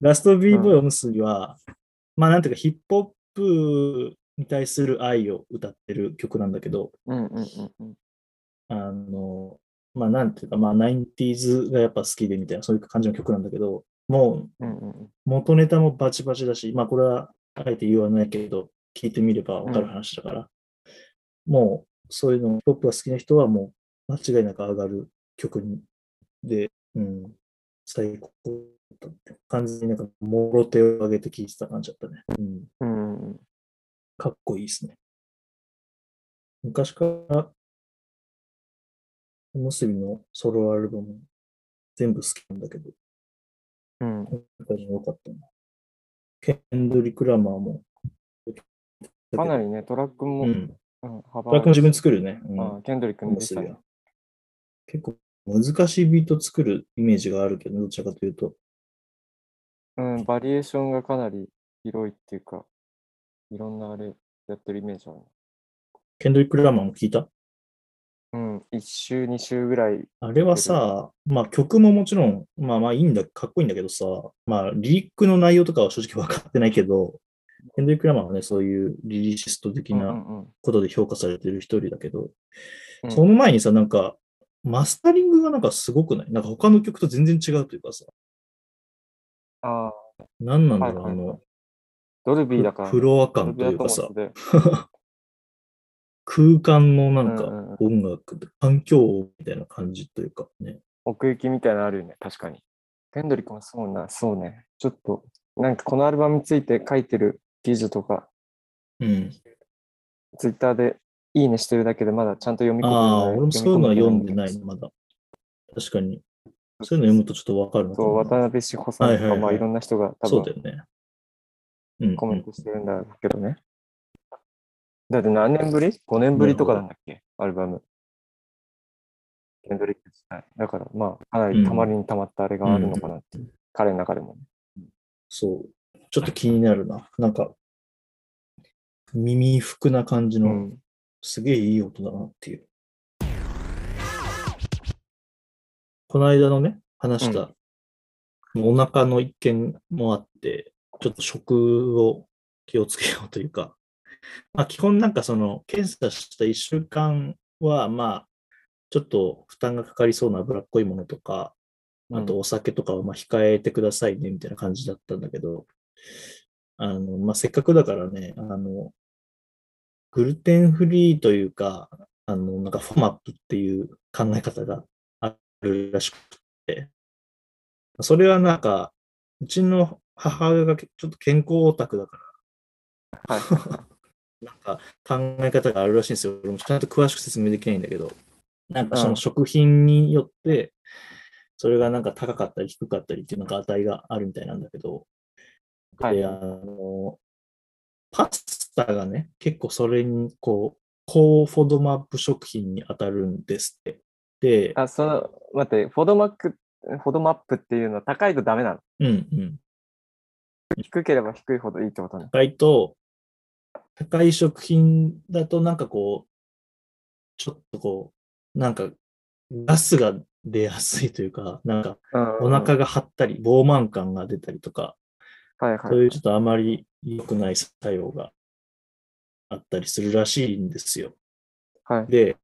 Speaker 1: ラスト b ボーイおむすびは、まあなんていうかヒップホップに対する愛を歌ってる曲なんだけど、
Speaker 2: はいはいうんうんうんうん。
Speaker 1: あの、まあなんていうか、まあ 90s がやっぱ好きでみたいな、そういう感じの曲なんだけど、もう
Speaker 2: うんうんうん
Speaker 1: 元ネタもバチバチだし、まあこれはあえて言わないけど、聞いてみればわかる話だから、もうそういうの、ヒップホップが好きな人はもう間違いなく上がる曲にで、うん、最高だった。完全になんか、もろ手を上げて聴いてた感じだったね。うん、
Speaker 2: うんうんうん。
Speaker 1: かっこいいですね。昔から、おむすびのソロアルバム、全部好きなんだけど、
Speaker 2: うん
Speaker 1: 今回も良かったな。ケンドリック・ラマーも。
Speaker 2: かなりね、トラックも、
Speaker 1: う
Speaker 2: うん、
Speaker 1: ん。
Speaker 2: 幅
Speaker 1: トラックも自分作るよね。うん。
Speaker 2: あケンドリックに出てたね。
Speaker 1: 結構難しいビート作るイメージがあるけど、どちらかというと。
Speaker 2: うん、バリエーションがかなり広いっていうか、いろんなあれやってるイメージあるね。
Speaker 1: ケンドリック・ラマーも聞いた
Speaker 2: うん、1週、2週ぐらい。
Speaker 1: あれはさ、まあ曲ももちろん、まあまあいいんだ、かっこいいんだけどさ、まあリリックの内容とかは正直分かってないけど、ケンドリック・ラマーはね、そういうリリシスト的
Speaker 2: う
Speaker 1: なんことで評価されてる一人だけど、
Speaker 2: うん
Speaker 1: その前にさ、なんか、マスタリングがなんかすごくないなんか他の曲と全然違うというかさ、
Speaker 2: ああ、
Speaker 1: 何なんだろう、
Speaker 2: はいはいはい
Speaker 1: あの
Speaker 2: ドルビーだからね、
Speaker 1: フロア
Speaker 2: ドル
Speaker 1: 感
Speaker 2: ビ
Speaker 1: と
Speaker 2: ー
Speaker 1: いうかさ
Speaker 2: アト、モスで
Speaker 1: 空間のなん
Speaker 2: うんうん
Speaker 1: か音楽、環境音みたいな感じというかね。
Speaker 2: 奥行きみたいなのあるよね、確かに。ケンドリックもそうな、そうね。ちょっと、なんかこのアルバムについて書いてる記事とか、
Speaker 1: うん。
Speaker 2: ツイッターでいいねしてるだけでまだちゃんと読み込
Speaker 1: あ
Speaker 2: んで
Speaker 1: あ、俺もそういうのは読んでない
Speaker 2: け
Speaker 1: な、
Speaker 2: ど
Speaker 1: まだ。確かに。そういうの読むとちょっとわかるのか
Speaker 2: そう、渡
Speaker 1: な。
Speaker 2: 辺志保さんとか、
Speaker 1: はいはいはい
Speaker 2: まあいろんな人が多
Speaker 1: そう
Speaker 2: 分
Speaker 1: だよね。うん
Speaker 2: コメントしてるんだろうけどね。だって何年ぶり ?5 年ぶりとかなんだっけアルバム。ケンドリック自体。だからまあ、かなりたまりにたまったあれがあるのかなって、彼の中でもね。
Speaker 1: そう。ちょっと気になるな。なんか、耳服な感じ
Speaker 2: う
Speaker 1: の、
Speaker 2: ん。
Speaker 1: すげえいい音だなっていう。この間のね、話した、お腹の一件もあって、ちょっと食を気をつけようというか、 まあ、基本なんかその検査した1週間は、まあ、ちょっと負担がかかりそうな脂っこいものとか、あとお酒とかはまあ控えてくださいねみたいな感じだったんだけど、あのまあ、せっかくだからね、あのグルテンフリーというか、あの、なんかフォマップっていう考え方があるらしくて、それはなんか、うちの母親がちょっと健康オタクだか
Speaker 2: はい。
Speaker 1: ら、 なんか考え方があるらしいんですよ。俺もちゃんと詳しく説明できないんだけど、なんかそうの
Speaker 2: ん
Speaker 1: 食品によって、それがなんか高かったり低かったりっていうなんか値があるみたいなんだけど、
Speaker 2: はい
Speaker 1: で、あの、パスタがね、結構それに、こう、高フォドマップ食品に当たるんですって。で、
Speaker 2: あ、その、待って、フォドマック、フォドマップっていうのは高いとダメなの。
Speaker 1: うんうん。
Speaker 2: 低ければ低いほどいいってことね。
Speaker 1: 高いと、高い食品だとなんかこう、ちょっとこう、なんかガスが出やすいというか、なんか
Speaker 2: お
Speaker 1: お腹が張ったり、膨満感が出たりとか、
Speaker 2: はいは
Speaker 1: そう
Speaker 2: い。
Speaker 1: いうちょっとあまり良くない作用があったりするらしいんですよ。
Speaker 2: はい。
Speaker 1: で、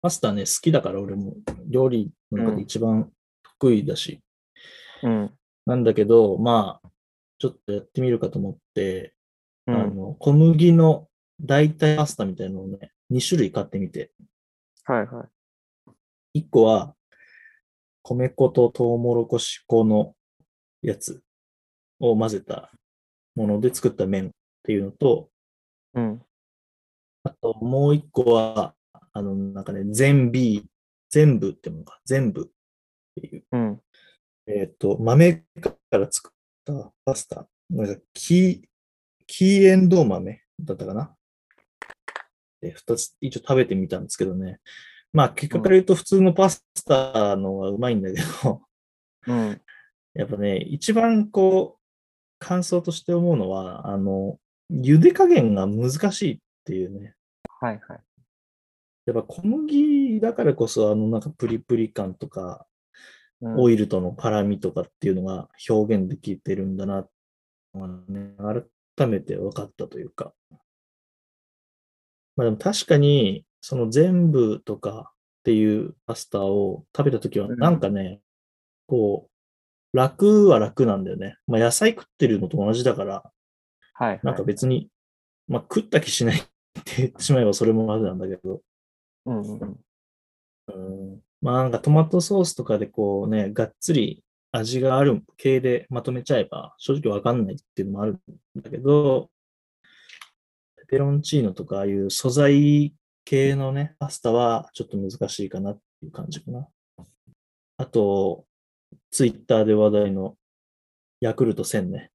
Speaker 1: パスタね、好きだから俺も料理の中で一番得意だし、
Speaker 2: うん。
Speaker 1: なんだけど、まあ、ちょっとやってみるかと思って、
Speaker 2: う
Speaker 1: あ
Speaker 2: ん。
Speaker 1: の小麦の代替パスタみたいなのをね、2種類買ってみて、
Speaker 2: はいはい。
Speaker 1: 1個は米粉とトウモロコシ粉のやつを混ぜたもので作った麺っていうのと、
Speaker 2: うん。
Speaker 1: あともう1個は、あの、なんかね、全 B、全部ってものか、全部っていう
Speaker 2: うん。
Speaker 1: えっ、と、豆から作ったパスタ。なんか、キー、キーエンドウ豆だったかな。で、二つ一応食べてみたんですけどね。まあ、結果から言うと普通のパスタの方がうまいんだけど、
Speaker 2: うん。
Speaker 1: やっぱね、一番こう、感想として思うのは、あの、茹で加減が難しいっていうね。
Speaker 2: はいはい。
Speaker 1: やっぱ小麦だからこそ、あの、なんかプリプリ感とか、
Speaker 2: うん
Speaker 1: オイルとの絡みとかっていうのが表現できてるんだなっていうのがね、改めて分かったというか。まあでも確かに、その全部とかっていうパスタを食べたときは、
Speaker 2: うん
Speaker 1: なんかね、こう、楽は楽なんだよね。まあ野菜食ってるのと同じだから、
Speaker 2: はいはい。
Speaker 1: なんか別に、まあ食った気しないって言ってしまえばそれもあれなんだけど、
Speaker 2: うんうん。
Speaker 1: うんまあなんかトマトソースとかでこうね、がっつり味がある系でまとめちゃえば正直わかんないっていうのもあるんだけど、ペペロンチーノとかああいう素材系のね、パスタはちょっと難しいかなっていう感じかな。あと、ツイッターで話題のヤクルト1000ね。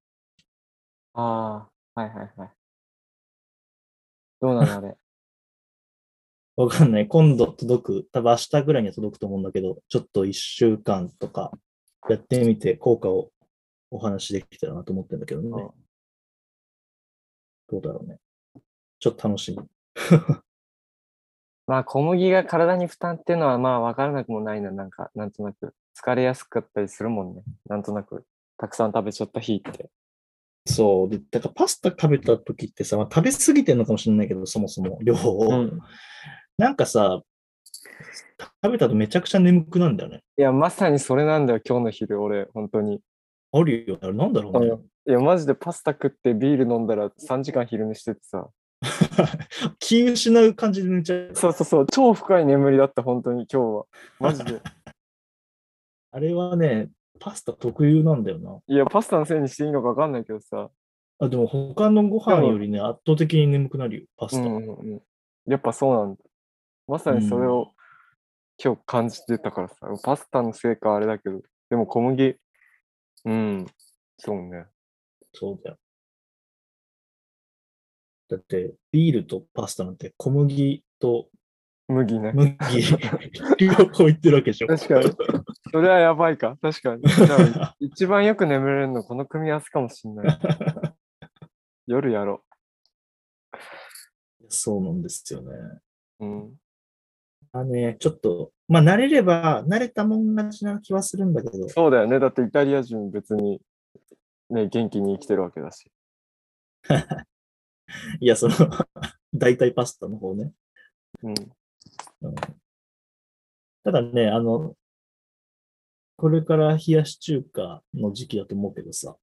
Speaker 2: ああ、はいはいはい。どうなのあれ。
Speaker 1: わかんない。今度届く、多分明日ぐらいには届くと思うんだけど、ちょっと1週間とかやってみて効果をお話しできたらなと思ってるんだけどね。
Speaker 2: うん
Speaker 1: どうだろうね。ちょっと楽しみ。
Speaker 2: まあ小麦が体に負担っていうのはまあ分からなくもないな、なんかなんとなく。疲れやすかったりするもんね。なんとなく。たくさん食べちゃった日って。
Speaker 1: そう。で、だからパスタ食べた時ってさ、まあ食べ過ぎてんのかもしれないけど、そもそも量を。
Speaker 2: うん
Speaker 1: なんかさ、食べたとめちゃくちゃ眠くなるんだよね。
Speaker 2: いや、まさにそれなんだよ、今日の昼、俺、本当に。
Speaker 1: あるよね。あれなんだろうね。
Speaker 2: いや、マジでパスタ食ってビール飲んだら3時間昼寝しててさ。
Speaker 1: 気失う感じで寝ちゃう。
Speaker 2: そうそうそう、超深い眠りだった、本当に今日は。マジ で。
Speaker 1: あれはね、パスタ特有なんだよな。
Speaker 2: いや、パスタのせいにしていいのか分かんないけどさ。
Speaker 1: あ、でも他のご飯よりね、圧倒的に眠くなるよ、パスタ。
Speaker 2: うんうんうん、やっぱそうなんだ。まさにそれを今日感じてたからさ。パスタのせいかあれだけど。でも小麦、うん、そうね。
Speaker 1: そうだよ。だって、ビールとパスタなんて小麦と
Speaker 2: 麦ね。
Speaker 1: 麦、両方いってるわけでしょ。
Speaker 2: 確かに。それはやばいか。確かに。だから一番よく眠れるのこの組み合わせかもしんない。夜やろ
Speaker 1: そうなんですよね。
Speaker 2: う。うん。
Speaker 1: あね、ちょっと、まあ慣れれば、慣れたもん勝ちな気はするんだけど、
Speaker 2: そうだよね。だってイタリア人別に、ね、元気に生きてるわけだし。
Speaker 1: いや、その、 代替パスタの方ね。
Speaker 2: うん。
Speaker 1: ただね、あの、これから冷やし中華の時期だと思うけどさ、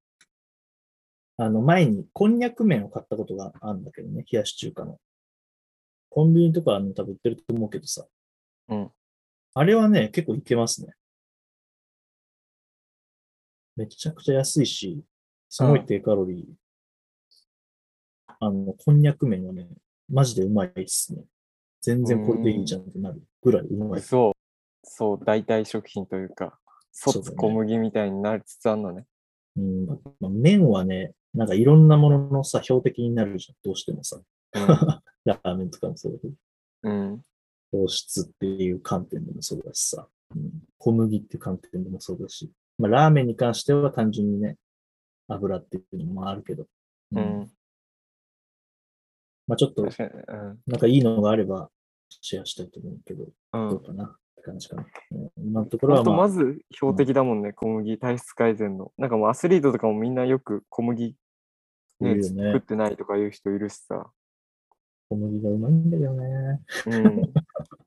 Speaker 1: あの、前にこんにゃく麺を買ったことがあるんだけどね、冷やし中華の。コンビニとかあの多分売ってると思うけどさ、
Speaker 2: うん。
Speaker 1: あれはね、結構いけますね。めちゃくちゃ安いし、すごい低カロリー。あの、こんにゃく麺はね、マジでうまいっすね。全然これでいいじゃんってなるぐらいうまい。
Speaker 2: そう。そう、代替食品というか、
Speaker 1: そうだね
Speaker 2: 卒小麦みたいになりつつあるのね。
Speaker 1: うんまあ、麺はね、なんかいろんなもののさ、標的になるじゃん。どうしてもさ。ラーメンとかもそうだけど、
Speaker 2: うん。うん
Speaker 1: 糖質っていう観点でもそうだしさ。うん小麦っていう観点でもそうだし。まあ、ラーメンに関しては単純にね、油っていうのもあるけど。
Speaker 2: う
Speaker 1: うん
Speaker 2: ん。
Speaker 1: まあちょっと、
Speaker 2: 確かに。うん
Speaker 1: なんかいいのがあればシェアしたいと思うけど、
Speaker 2: う
Speaker 1: ど
Speaker 2: ん
Speaker 1: う。かな。感じかな。うん今のところ
Speaker 2: あ
Speaker 1: は、
Speaker 2: と
Speaker 1: まあ
Speaker 2: ま、ず標的だもんね、小麦体質改善の。なんかもうアスリートとかもみんなよく小麦、ね
Speaker 1: いるよね
Speaker 2: 作ってないとかいう人いるしさ。
Speaker 1: 小麦がうまいんだけどね。
Speaker 2: うん、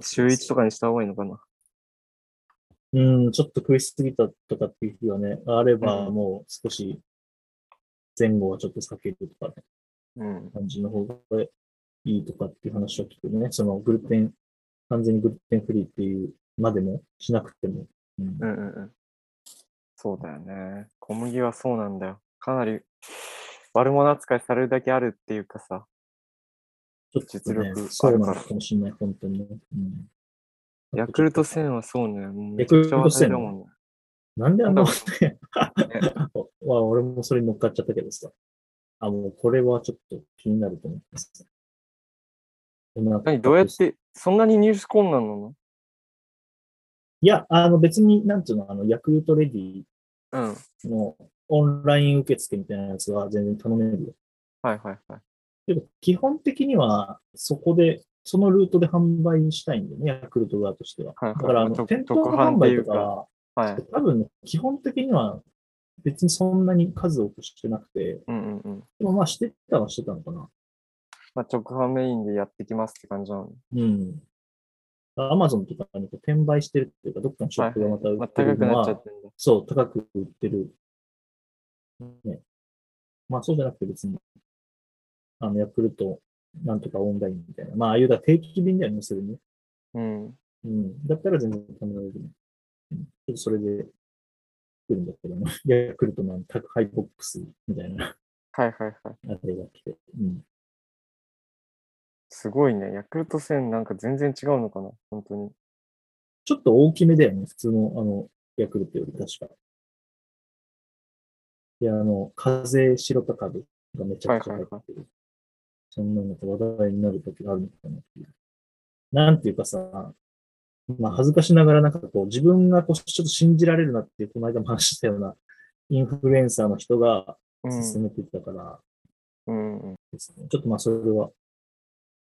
Speaker 2: 週1とかにした方がいいのかな。
Speaker 1: うん、ちょっと食いすぎたとかっていう日はね、あれば
Speaker 2: うん
Speaker 1: もう少し前後はちょっと避けるとかね、
Speaker 2: うん、
Speaker 1: 感じの方がいいとかっていう話を聞くね。そのグルテン、完全にグルテンフリーっていうまでもしなくても。うん
Speaker 2: うん、うんうん。そうだよね。小麦はそうなんだよ。かなり悪者扱いされるだけあるっていうかさ。
Speaker 1: ちょっとね
Speaker 2: 実力、
Speaker 1: そうな
Speaker 2: あ
Speaker 1: の
Speaker 2: るから
Speaker 1: かもしれない、本当にね。うん
Speaker 2: ヤクルト1000はそうね。もうめ
Speaker 1: ヤ
Speaker 2: ち
Speaker 1: ク
Speaker 2: ゃ
Speaker 1: ル
Speaker 2: くち
Speaker 1: ト1000
Speaker 2: ゃ話題だもんね。
Speaker 1: なんであんな
Speaker 2: なん
Speaker 1: こ
Speaker 2: だ
Speaker 1: とね わ俺もそれに乗っかっちゃったけどさ。あ、もうこれはちょっと気になると思います。
Speaker 2: 何どうやって、そんなに入手困難なの
Speaker 1: いや、あの別に、なんていうの、あの、ヤクルトレディ
Speaker 2: うん。
Speaker 1: のオンライン受付みたいなやつは全然頼めるよ。
Speaker 2: はいはいはい。
Speaker 1: けど、基本的にはそこで、そのルートで販売したいんだよね、ヤクルト側としては。
Speaker 2: はいはい
Speaker 1: だから、あ
Speaker 2: ま
Speaker 1: の、
Speaker 2: あと
Speaker 1: 店頭
Speaker 2: 特販
Speaker 1: 販
Speaker 2: ってい
Speaker 1: 売
Speaker 2: う
Speaker 1: と
Speaker 2: か
Speaker 1: かは、
Speaker 2: はい。
Speaker 1: 多分ね、基本的には別にそんなに数多くしてなくて、
Speaker 2: うんうんうん。
Speaker 1: でもまあしてたはしてたのかな。
Speaker 2: まあ、直販メインでやってきますって感じなの。
Speaker 1: うん。アマゾンとかにこう転売してるっていうか、どっかのショップがまた売
Speaker 2: まあ、
Speaker 1: って
Speaker 2: 高
Speaker 1: る
Speaker 2: く
Speaker 1: の
Speaker 2: な
Speaker 1: は、
Speaker 2: っちゃってんだ。
Speaker 1: そう、高く売ってる。ね。まあ、そうじゃなくて別に、あの、ヤクルト、なんとかオンラインみたいな。まあ、ああいうだ定期便だよね、それね。
Speaker 2: うん。
Speaker 1: うん。だったら全然考えられるね。うん。ちょっとそれで、来るんだけどね。 ヤクルトの宅配ボックスみたいな、
Speaker 2: はいはいはい。
Speaker 1: あれが来て。うん。
Speaker 2: すごいね。ヤクルト1000なんか全然違うのかな本当に。
Speaker 1: ちょっと大きめだよね、普通の、あの、ヤクルトより確か。いや、あの、風白高部がめちゃくちゃ入ってる。
Speaker 2: は
Speaker 1: そんなのが話題になる時があるのかなっていう。なんていうかさ、まあ恥ずかしながらなんかこう自分がこうちょっと信じられるなっていう、この間も話したようなインフルエンサーの人が
Speaker 2: うん
Speaker 1: 進。めてきたから
Speaker 2: うんうん
Speaker 1: ですね、ちょっとまあそれは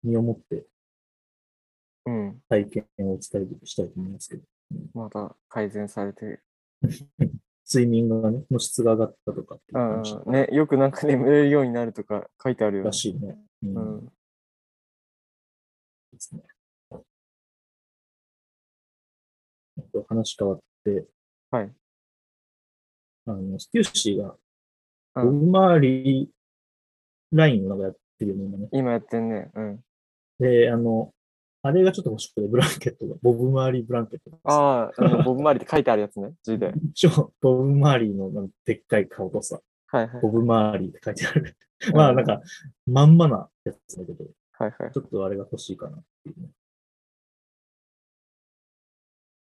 Speaker 1: 身をもって
Speaker 2: うん。うん。
Speaker 1: 体験をお伝えしたいと思いますけど。
Speaker 2: また改善されて。
Speaker 1: 睡眠がね、の質が上がったとかっていう
Speaker 2: う
Speaker 1: 話
Speaker 2: んうん。ね、よくなんか眠れるようになるとか書いてあるよね
Speaker 1: ら。しいね。う。
Speaker 2: うんん。
Speaker 1: ですね。えっと話変わって、
Speaker 2: はい。
Speaker 1: あの、ステューシーが、ボ
Speaker 2: うん
Speaker 1: ブマーリーラインをなんかやってるよね、今ね。
Speaker 2: 今やってんね。うん。
Speaker 1: で、あの、あれがちょっと欲しくて、ブランケットが、ボブマーリーブランケットが。
Speaker 2: ああ、あの、ボブマリって書いてあるやつね。字で。
Speaker 1: 一応、ボブマーリーのなんかでっかい顔とさ、
Speaker 2: はいはい
Speaker 1: ボ。ブマーリーって書いてある。
Speaker 2: う ん
Speaker 1: まあ、なんか、まんまなやつだけど、
Speaker 2: はいはい。
Speaker 1: ちょっとあれが欲しいかなっていうね。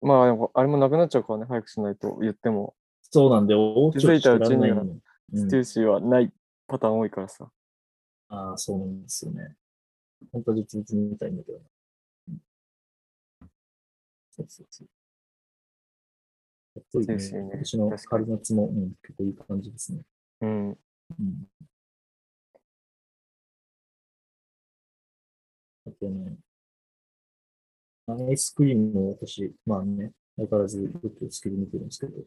Speaker 2: まあ、でもあれもなくなっちゃうからね。早くしないと言っても。
Speaker 1: そうなんで、大きく
Speaker 2: 気づいたうちには
Speaker 1: のにうん
Speaker 2: ステューシーはないパターン多いからさ。
Speaker 1: ああ、そうなんですよね。本当は実物見たいんだけどな。うんそうそうそう。かっこいいね。
Speaker 2: ですよね
Speaker 1: 今年の
Speaker 2: 確かに
Speaker 1: 春夏も、うん、結構いい感じですね。
Speaker 2: うん。
Speaker 1: うん。あとね、アイスクリームを私、まあね、相変わらずよく好きで見てるんですけど、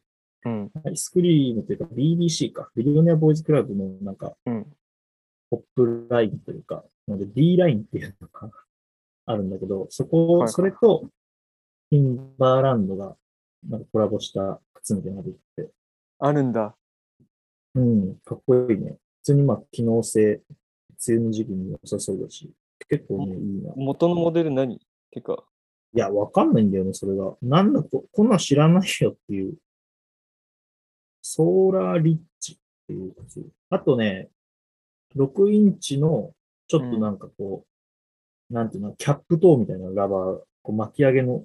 Speaker 2: うん。
Speaker 1: アイスクリームというか BBC か、ビリオネアボーイズクラブのなんか、
Speaker 2: うん。
Speaker 1: ポップラインというか、なので D ラインっていうのがあるんだけど、そこを、
Speaker 2: はい
Speaker 1: それと、ティンバーランドがなんかコラボした靴みたいなのができて、
Speaker 2: あるんだ。
Speaker 1: うん、かっこいいね。普通にまあ、機能性、梅雨の時期に良さそうだし、結構ね、いいな。い
Speaker 2: 元のモデル何てか、
Speaker 1: や、わかんないんだよね、それが。なんだこ、こんなん知らないよっていう。ソーラーリッチっていう靴。あとね、6インチの、ちょっとなんかこう、なんていうの、キャップ等みたいなラバー、こう巻き上げの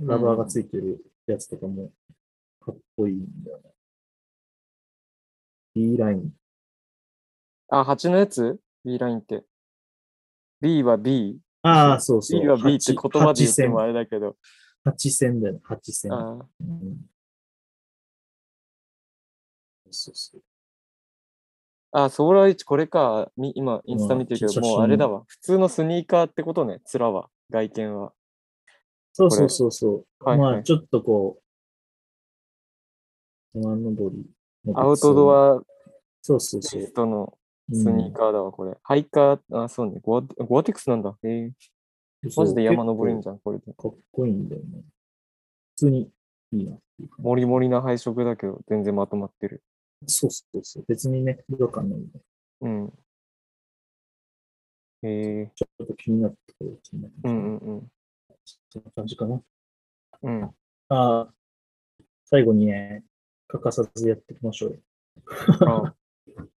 Speaker 1: ラバーがついてるやつとかも、かっこいいんだよね。B ライン。
Speaker 2: あ、8のやつ ?B ラインって。B は B。
Speaker 1: ああ、そうそう。
Speaker 2: B は B って言葉で言っても
Speaker 1: 8
Speaker 2: あれだけど。
Speaker 1: 八線だよね、八線。
Speaker 2: あ
Speaker 1: うんそうそう。
Speaker 2: あ、ソーラーイチこれか。み今、インスタ見てるけ
Speaker 1: うん
Speaker 2: ど、もうあれだわ。普通のスニーカーってことね。面は。外見は。
Speaker 1: そうそうそうそう。
Speaker 2: はいはい
Speaker 1: まあ、ちょっとこう、山登りの。
Speaker 2: アウトド
Speaker 1: ア。
Speaker 2: ア
Speaker 1: そうそうそ
Speaker 2: テイ
Speaker 1: う
Speaker 2: ス。トの
Speaker 1: う
Speaker 2: スニー
Speaker 1: ん
Speaker 2: カーだわ、これ。ハイカー、あ、そうね。ゴアゴアテックスなんだ。へえマジで山登るん
Speaker 1: じ
Speaker 2: じゃん、これで。
Speaker 1: ゃかっこいいんだよね。普通にいいなっていう感
Speaker 2: もりもりな配色だけど、全然まとまってる。
Speaker 1: じ。そうそうそう。別にね、違和感ないんで。
Speaker 2: うん。へえ
Speaker 1: ちょっと気になったところですね。
Speaker 2: うんうん
Speaker 1: そんな感じかな。
Speaker 2: うん。 うん。
Speaker 1: ああ、最後にね、欠かさずやっていきましょうよ。
Speaker 2: あ、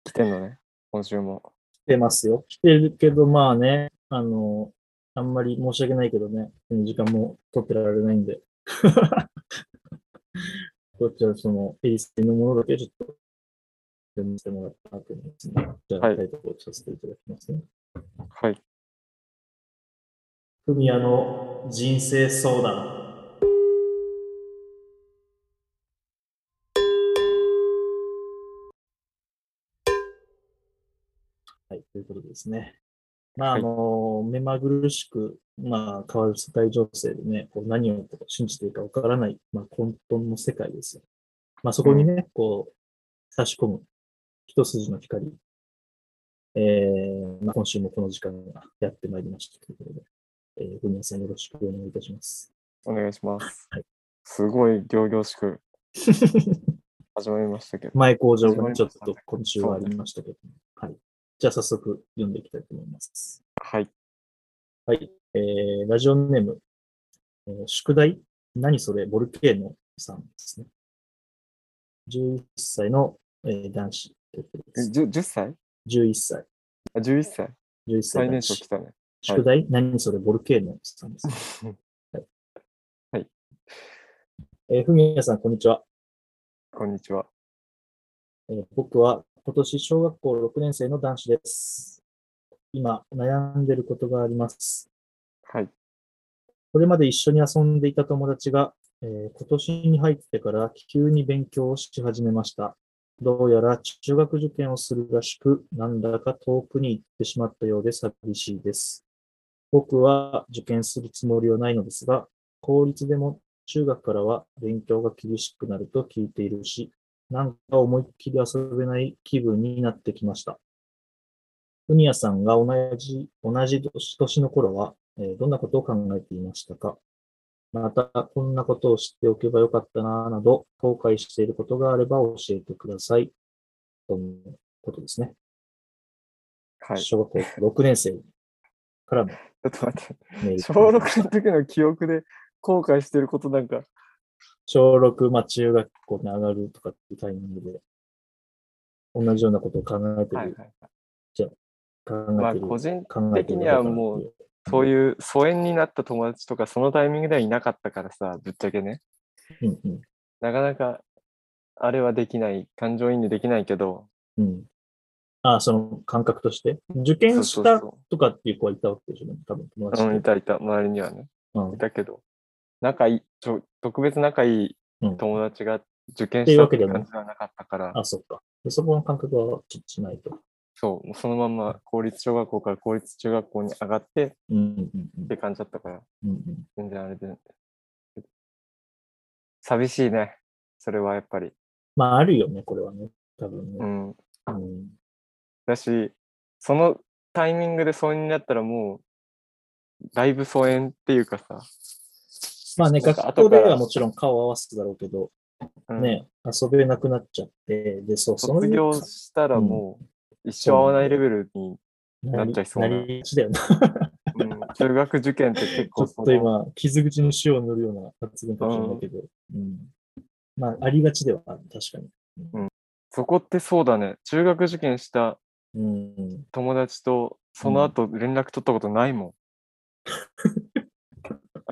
Speaker 2: 来てんのね。今週も。
Speaker 1: 来てますよ。来てるけど、まあね、あの、あんまり申し訳ないけどね、時間も取ってられないんで。 こっちはその、エリスのものだけちょっと、見せてもらったなと思いますね。じゃあ、
Speaker 2: は
Speaker 1: はいい、とこさせていただきますね。
Speaker 2: はい。
Speaker 1: ふみやの人生相談。はい、ということですね。まあ、
Speaker 2: は
Speaker 1: あ
Speaker 2: い
Speaker 1: の、目まぐるしく、まあ、変わる世界情勢でね、こう何をこう信じていいかわからない、まあ、混沌の世界ですよ。まあ、そこにね、こう、差し込む一筋の光。えー、まあ、今週もこの時間がやってまいりましたということで。えー、ごめんなさい。よろしくお願いいたします。
Speaker 2: お願いします
Speaker 1: は。
Speaker 2: すごい仰々し く始まりましたけど。
Speaker 1: 前工場がちょっと今週はありましたけど、はい。じゃあ早速読んでいきたいと思います。
Speaker 2: はい。
Speaker 1: はい。えー、ラジオネーム、えー宿題何それボルケーノさんですね。11歳の、えー男子ということ
Speaker 2: え
Speaker 1: です。
Speaker 2: じゅ 10, 歳
Speaker 1: 11歳。
Speaker 2: あ ?11 歳
Speaker 1: 11歳
Speaker 2: 最
Speaker 1: 男
Speaker 2: 年少
Speaker 1: 子
Speaker 2: 来。たね。
Speaker 1: 宿題、何それボルケーノさんですね。 はい。
Speaker 2: はい
Speaker 1: えーふみやさん、こんにちは。
Speaker 2: こんにちは。
Speaker 1: えー僕は今年小学校6年生の男子です。今、悩んでることがあります。
Speaker 2: はい。
Speaker 1: これまで一緒に遊んでいた友達が、えー今年に入ってから急に勉強をし始めました。どうやら中学受験をするらしく、なんだか遠くに行ってしまったようで寂しいです。僕は受験するつもりはないのですが、公立でも中学からは勉強が厳しくなると聞いているし、なんか思いっきり遊べない気分になってきました。ふみやさんが同じ、同じ年年の頃は、えーどんなことを考えていましたかまた、こんなことを知っておけばよかったなぁなど、後悔していることがあれば教えてください。とのことですね。
Speaker 2: はい。ち
Speaker 1: 小学校6年生からの
Speaker 2: ょっと待って。
Speaker 1: メール。
Speaker 2: 小6の時の記憶で後悔してることなんか、
Speaker 1: 小6、まあ中学校に上がるとかっていうタイミングで、同じようなことを考えてる、
Speaker 2: はいはい。
Speaker 1: 考
Speaker 2: ま
Speaker 1: え
Speaker 2: あ、
Speaker 1: てる、
Speaker 2: 個人
Speaker 1: 考えて
Speaker 2: 的
Speaker 1: る
Speaker 2: にはもう
Speaker 1: だからってい
Speaker 2: そういう疎遠になった友達とかそのタイミングではいなかったからさ、ぶっちゃけね。
Speaker 1: う、うん
Speaker 2: なかなかあれはできない、感情移入できないけど、
Speaker 1: うん、うん。ああ、その感覚として。受
Speaker 2: そ
Speaker 1: 験
Speaker 2: う
Speaker 1: し
Speaker 2: そう
Speaker 1: た
Speaker 2: そ
Speaker 1: とかっていう子はいたわけでしょうね。多分友
Speaker 2: う
Speaker 1: 達
Speaker 2: うん、い
Speaker 1: で。
Speaker 2: たいた、周りにはね。
Speaker 1: うん
Speaker 2: いたけど、仲いい、ちょ特別仲いい
Speaker 1: うん
Speaker 2: 友達が受験
Speaker 1: っていう
Speaker 2: した
Speaker 1: わ
Speaker 2: っ
Speaker 1: け
Speaker 2: て
Speaker 1: でも
Speaker 2: 感じではなかったから、
Speaker 1: あ、そっか。でそこの感覚はちょっとしないと。
Speaker 2: そう、もうそのまま公立小学校から公立中学校に上がって
Speaker 1: うんうん
Speaker 2: って感じだったから、
Speaker 1: うんうん
Speaker 2: 全然あれで。寂しいね、それはやっぱり。
Speaker 1: まあ、あるよね、これはね。多分
Speaker 2: う
Speaker 1: ね。
Speaker 2: ん。
Speaker 1: うん
Speaker 2: だし、そのタイミングで疎遠になったらもう、だいぶ疎遠っていうかさ、
Speaker 1: まあね、
Speaker 2: なん
Speaker 1: 学
Speaker 2: か
Speaker 1: 校で
Speaker 2: 後から
Speaker 1: はもちろん顔を合わすだろうけど、
Speaker 2: うん
Speaker 1: ね、遊べなくなっちゃって、で、そう、そう
Speaker 2: 卒
Speaker 1: いう
Speaker 2: 業したらもう一生会わないレベルに、
Speaker 1: な
Speaker 2: なっ
Speaker 1: り
Speaker 2: ちゃいそうな
Speaker 1: なりがちだよな。ち
Speaker 2: うん中学受験って結
Speaker 1: ょ
Speaker 2: 構
Speaker 1: っ
Speaker 2: そ
Speaker 1: と
Speaker 2: の
Speaker 1: 今、傷口に塩を塗るような発言かもしれないけど、うんまあ、ありがちではある、確かに。
Speaker 2: そこってそうだね中学受験した
Speaker 1: うん、
Speaker 2: 友達とその後連絡取ったことな いも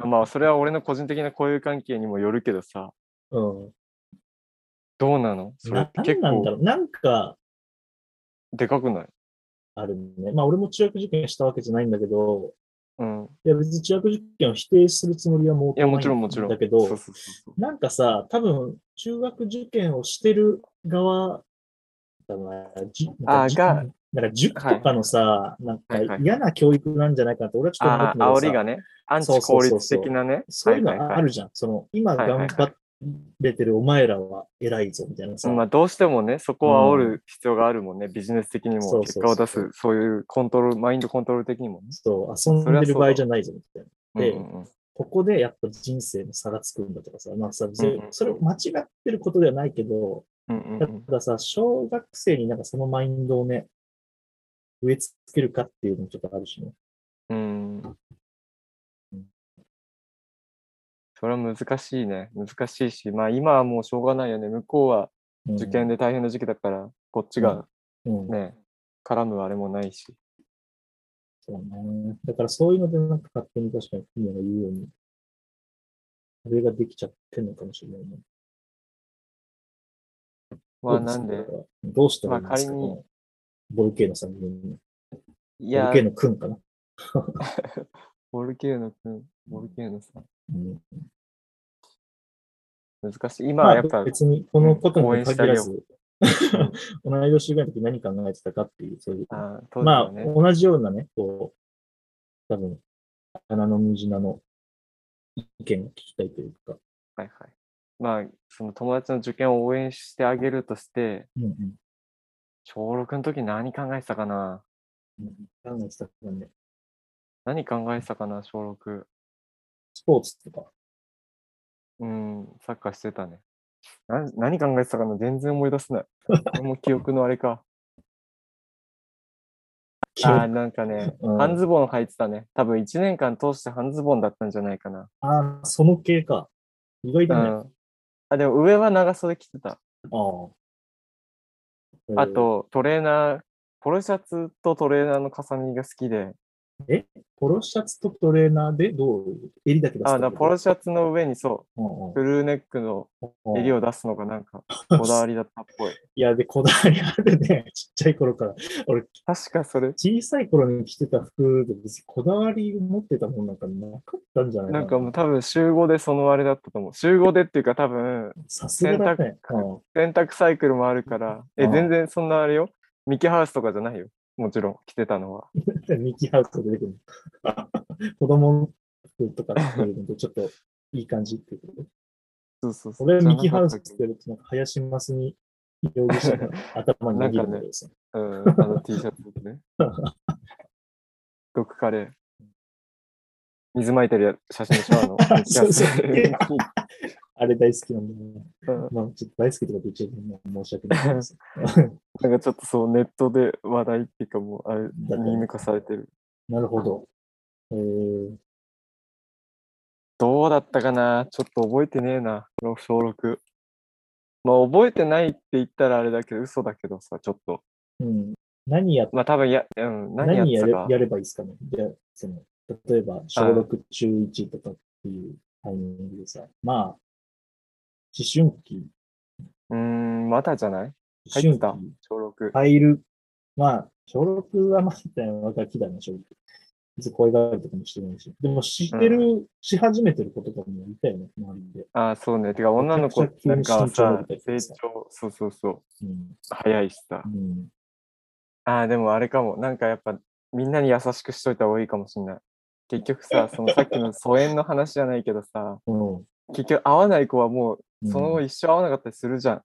Speaker 2: ん、まあそれは俺の個人的な交友関係にもよるけどさ
Speaker 1: うん。
Speaker 2: どうなのそれっ
Speaker 1: な
Speaker 2: て
Speaker 1: なんな
Speaker 2: 結
Speaker 1: んだろ
Speaker 2: 構
Speaker 1: う。なんか、
Speaker 2: でかくない
Speaker 1: あるね。まあ、俺も中学受験したわけじゃないんだけど、
Speaker 2: うん
Speaker 1: いや、別に中学受験を否定するつもりはもう
Speaker 2: いやもちろんもちろん
Speaker 1: だけ
Speaker 2: そうそう
Speaker 1: ど、
Speaker 2: そうそう
Speaker 1: なんかさ、多分、中学受験をしてる側だな、じなんか
Speaker 2: あ
Speaker 1: じ
Speaker 2: が
Speaker 1: なんか塾とかのさ、なん
Speaker 2: はいは
Speaker 1: か
Speaker 2: い
Speaker 1: 嫌な教育なんじゃないかなって、俺はちょっと思っ
Speaker 2: あ
Speaker 1: てんだ
Speaker 2: あ、
Speaker 1: けど
Speaker 2: 煽
Speaker 1: さ
Speaker 2: りがね、アン
Speaker 1: そう
Speaker 2: チ
Speaker 1: そう
Speaker 2: 効
Speaker 1: そうそう
Speaker 2: 率的なね。
Speaker 1: そういうの
Speaker 2: はいはい
Speaker 1: が
Speaker 2: は
Speaker 1: あ
Speaker 2: い
Speaker 1: るじゃん。その、今
Speaker 2: はいはい
Speaker 1: 頑
Speaker 2: はい
Speaker 1: 張れてるお前らは偉いぞ、みたいなさ。
Speaker 2: まあ、どうしてもね、そこは煽る必要があるもんね、ビジネス的に
Speaker 1: そ
Speaker 2: も
Speaker 1: う
Speaker 2: 結
Speaker 1: そう
Speaker 2: 果を出
Speaker 1: そう
Speaker 2: す、そういうコントロール、マインドコントロール的にもね。
Speaker 1: そう、遊ん
Speaker 2: それは
Speaker 1: でる
Speaker 2: そうだ
Speaker 1: 場合じゃないぞ、みたいな。で
Speaker 2: うんうんうん
Speaker 1: ここでやっぱ人生の差がつくんだとかさ、まあさ、それ
Speaker 2: うん
Speaker 1: それ間違ってることではないけど、
Speaker 2: うんうん
Speaker 1: た
Speaker 2: うん
Speaker 1: ださ、小学生になんかそのマインドをね、植え付けるかっていうのもちょっとあるしね。
Speaker 2: うん。それは難しいね。難しいし、まあ今はもうしょうがないよね。向こうは
Speaker 1: うん
Speaker 2: 受験で大変な時期だから、こっちが
Speaker 1: うん、
Speaker 2: ね、絡むあれもないし。
Speaker 1: そうね。だからそういうのでなんか勝手に確かにフミヤが言うように、それができちゃってんのかもしれないね。
Speaker 2: まあ
Speaker 1: どうす
Speaker 2: な
Speaker 1: か
Speaker 2: んで、、
Speaker 1: どうしたらいいんですか、
Speaker 2: まあ仮に
Speaker 1: このボルケーノさんのに。
Speaker 2: い
Speaker 1: ボ
Speaker 2: や
Speaker 1: ルケ、ーノくんかな。
Speaker 2: ボルケーノ君、ボルケーノさん。
Speaker 1: うん、
Speaker 2: 難しい。今はやっ
Speaker 1: まあ
Speaker 2: ぱ、
Speaker 1: 別にこのこと
Speaker 2: 応
Speaker 1: に
Speaker 2: 援
Speaker 1: 限
Speaker 2: してあげ
Speaker 1: ら
Speaker 2: よ
Speaker 1: ず、同い年ぐらいの時何考えてたかっていう、そういう。
Speaker 2: あー
Speaker 1: まあ、
Speaker 2: 当時はね
Speaker 1: 同じようなね、こう、多分、花のムジナの意見を聞きたいというか。
Speaker 2: はいはい。まあ、その友達の受験を応援してあげるとして、
Speaker 1: うんうん
Speaker 2: 小6の時何考えてたかな
Speaker 1: うん。考えてたからね。
Speaker 2: 何考えてたかな小6。
Speaker 1: スポーツとか。
Speaker 2: うん、サッカーしてたね。なん何考えてたかな全然思い出せない。これも記憶のあ れか。あーなんかね、
Speaker 1: うん
Speaker 2: 半ズボン履いてたね。多分1年間通して半ズボンだったんじゃないかな。
Speaker 1: ああ、その系か。意外
Speaker 2: う
Speaker 1: だね。
Speaker 2: ん。あ、でも上は長袖着てた。
Speaker 1: ああ。
Speaker 2: あ、と、トレーナー、ポロシャツとトレーナーの重ね着が好きで、
Speaker 1: ポロシャツとトレーナーでどう襟だけ出す
Speaker 2: あ、だからポロシャツの上にそ
Speaker 1: うん
Speaker 2: う、フルネックの
Speaker 1: うん
Speaker 2: 襟を出すのがな んか、こだわりだったっぽい。
Speaker 1: いや、で、こだわりあるね。 ちっちゃい頃から。
Speaker 2: 確かそれ、
Speaker 1: 小さい頃に着てた服で別にこだわり持ってたもんなんかなかったんじゃないかな。
Speaker 2: なんかもう多分集合でそのあれだったと思う。集合でっていうか多分、
Speaker 1: さすがだね。うん
Speaker 2: 洗濯サイクルもあるから、え、
Speaker 1: うん
Speaker 2: 全然そんなあれよ。ミキハウスとかじゃないよ。もちろん、着てたのは。
Speaker 1: ミキハウスと出てくるの。 子供の服とか着てるのとちょっといい感じっていうこと。
Speaker 2: そうそうそう。
Speaker 1: 俺、
Speaker 2: じゃ
Speaker 1: ミ
Speaker 2: なか
Speaker 1: キハウ
Speaker 2: っ
Speaker 1: ス
Speaker 2: たっ
Speaker 1: っ
Speaker 2: け
Speaker 1: て言ってると、なんか林真須美容疑 者が頭に握るんだけどさ。。
Speaker 2: うん、あの T シャツね。毒カレー。水まいてるや写真でしょあ の
Speaker 1: そうそう
Speaker 2: ミキハウス
Speaker 1: あれ大好きなんだよね。
Speaker 2: うん
Speaker 1: まあ、ちょっと大好きとか言っちゃうともう申し訳ないです。
Speaker 2: なんかちょっとそう、ネットで話題っていうかもう、あれ、
Speaker 1: だから
Speaker 2: ミーム化されてる。
Speaker 1: なるほど。えー、
Speaker 2: どうだったかなちょっと覚えてねえな。小6。まあ、覚えてないって言ったらあれだけど、嘘だけどさ、ちょっと。
Speaker 1: うん。 何や
Speaker 2: まあ、多分や、うん、何
Speaker 1: 何や
Speaker 2: やって
Speaker 1: れ
Speaker 2: たか。
Speaker 1: やればいいですかね。じゃあその、例えば、小6、中1とかっていうタイミングでさ、まあ、思春期、
Speaker 2: うーん、まだじゃない入
Speaker 1: 思
Speaker 2: って
Speaker 1: 春
Speaker 2: た
Speaker 1: 期、
Speaker 2: 小6。
Speaker 1: 入る、まあ、小6はまだだよ、若きだね、小6。別に声があるとかもしてないし。でも知ってる、し始めてることとかもいたよね、周りで。
Speaker 2: ああ、そうね。てか、女の子
Speaker 1: めちゃく、ちゃ
Speaker 2: なんか
Speaker 1: 身長伸
Speaker 2: さ
Speaker 1: びたり、と
Speaker 2: 成
Speaker 1: かさ
Speaker 2: 長、そうそうそう、
Speaker 1: うん。
Speaker 2: 早いしさ
Speaker 1: う。ん、
Speaker 2: ああ、でもあれかも。なんかやっぱ、みんなに優しくしといた方がいいかもしんない。結局さ、そのさっきの疎遠の話じゃないけどさ、
Speaker 1: うん
Speaker 2: 結局会わない子はも
Speaker 1: う
Speaker 2: う、
Speaker 1: ん
Speaker 2: その後一生会わなかったりするじゃん。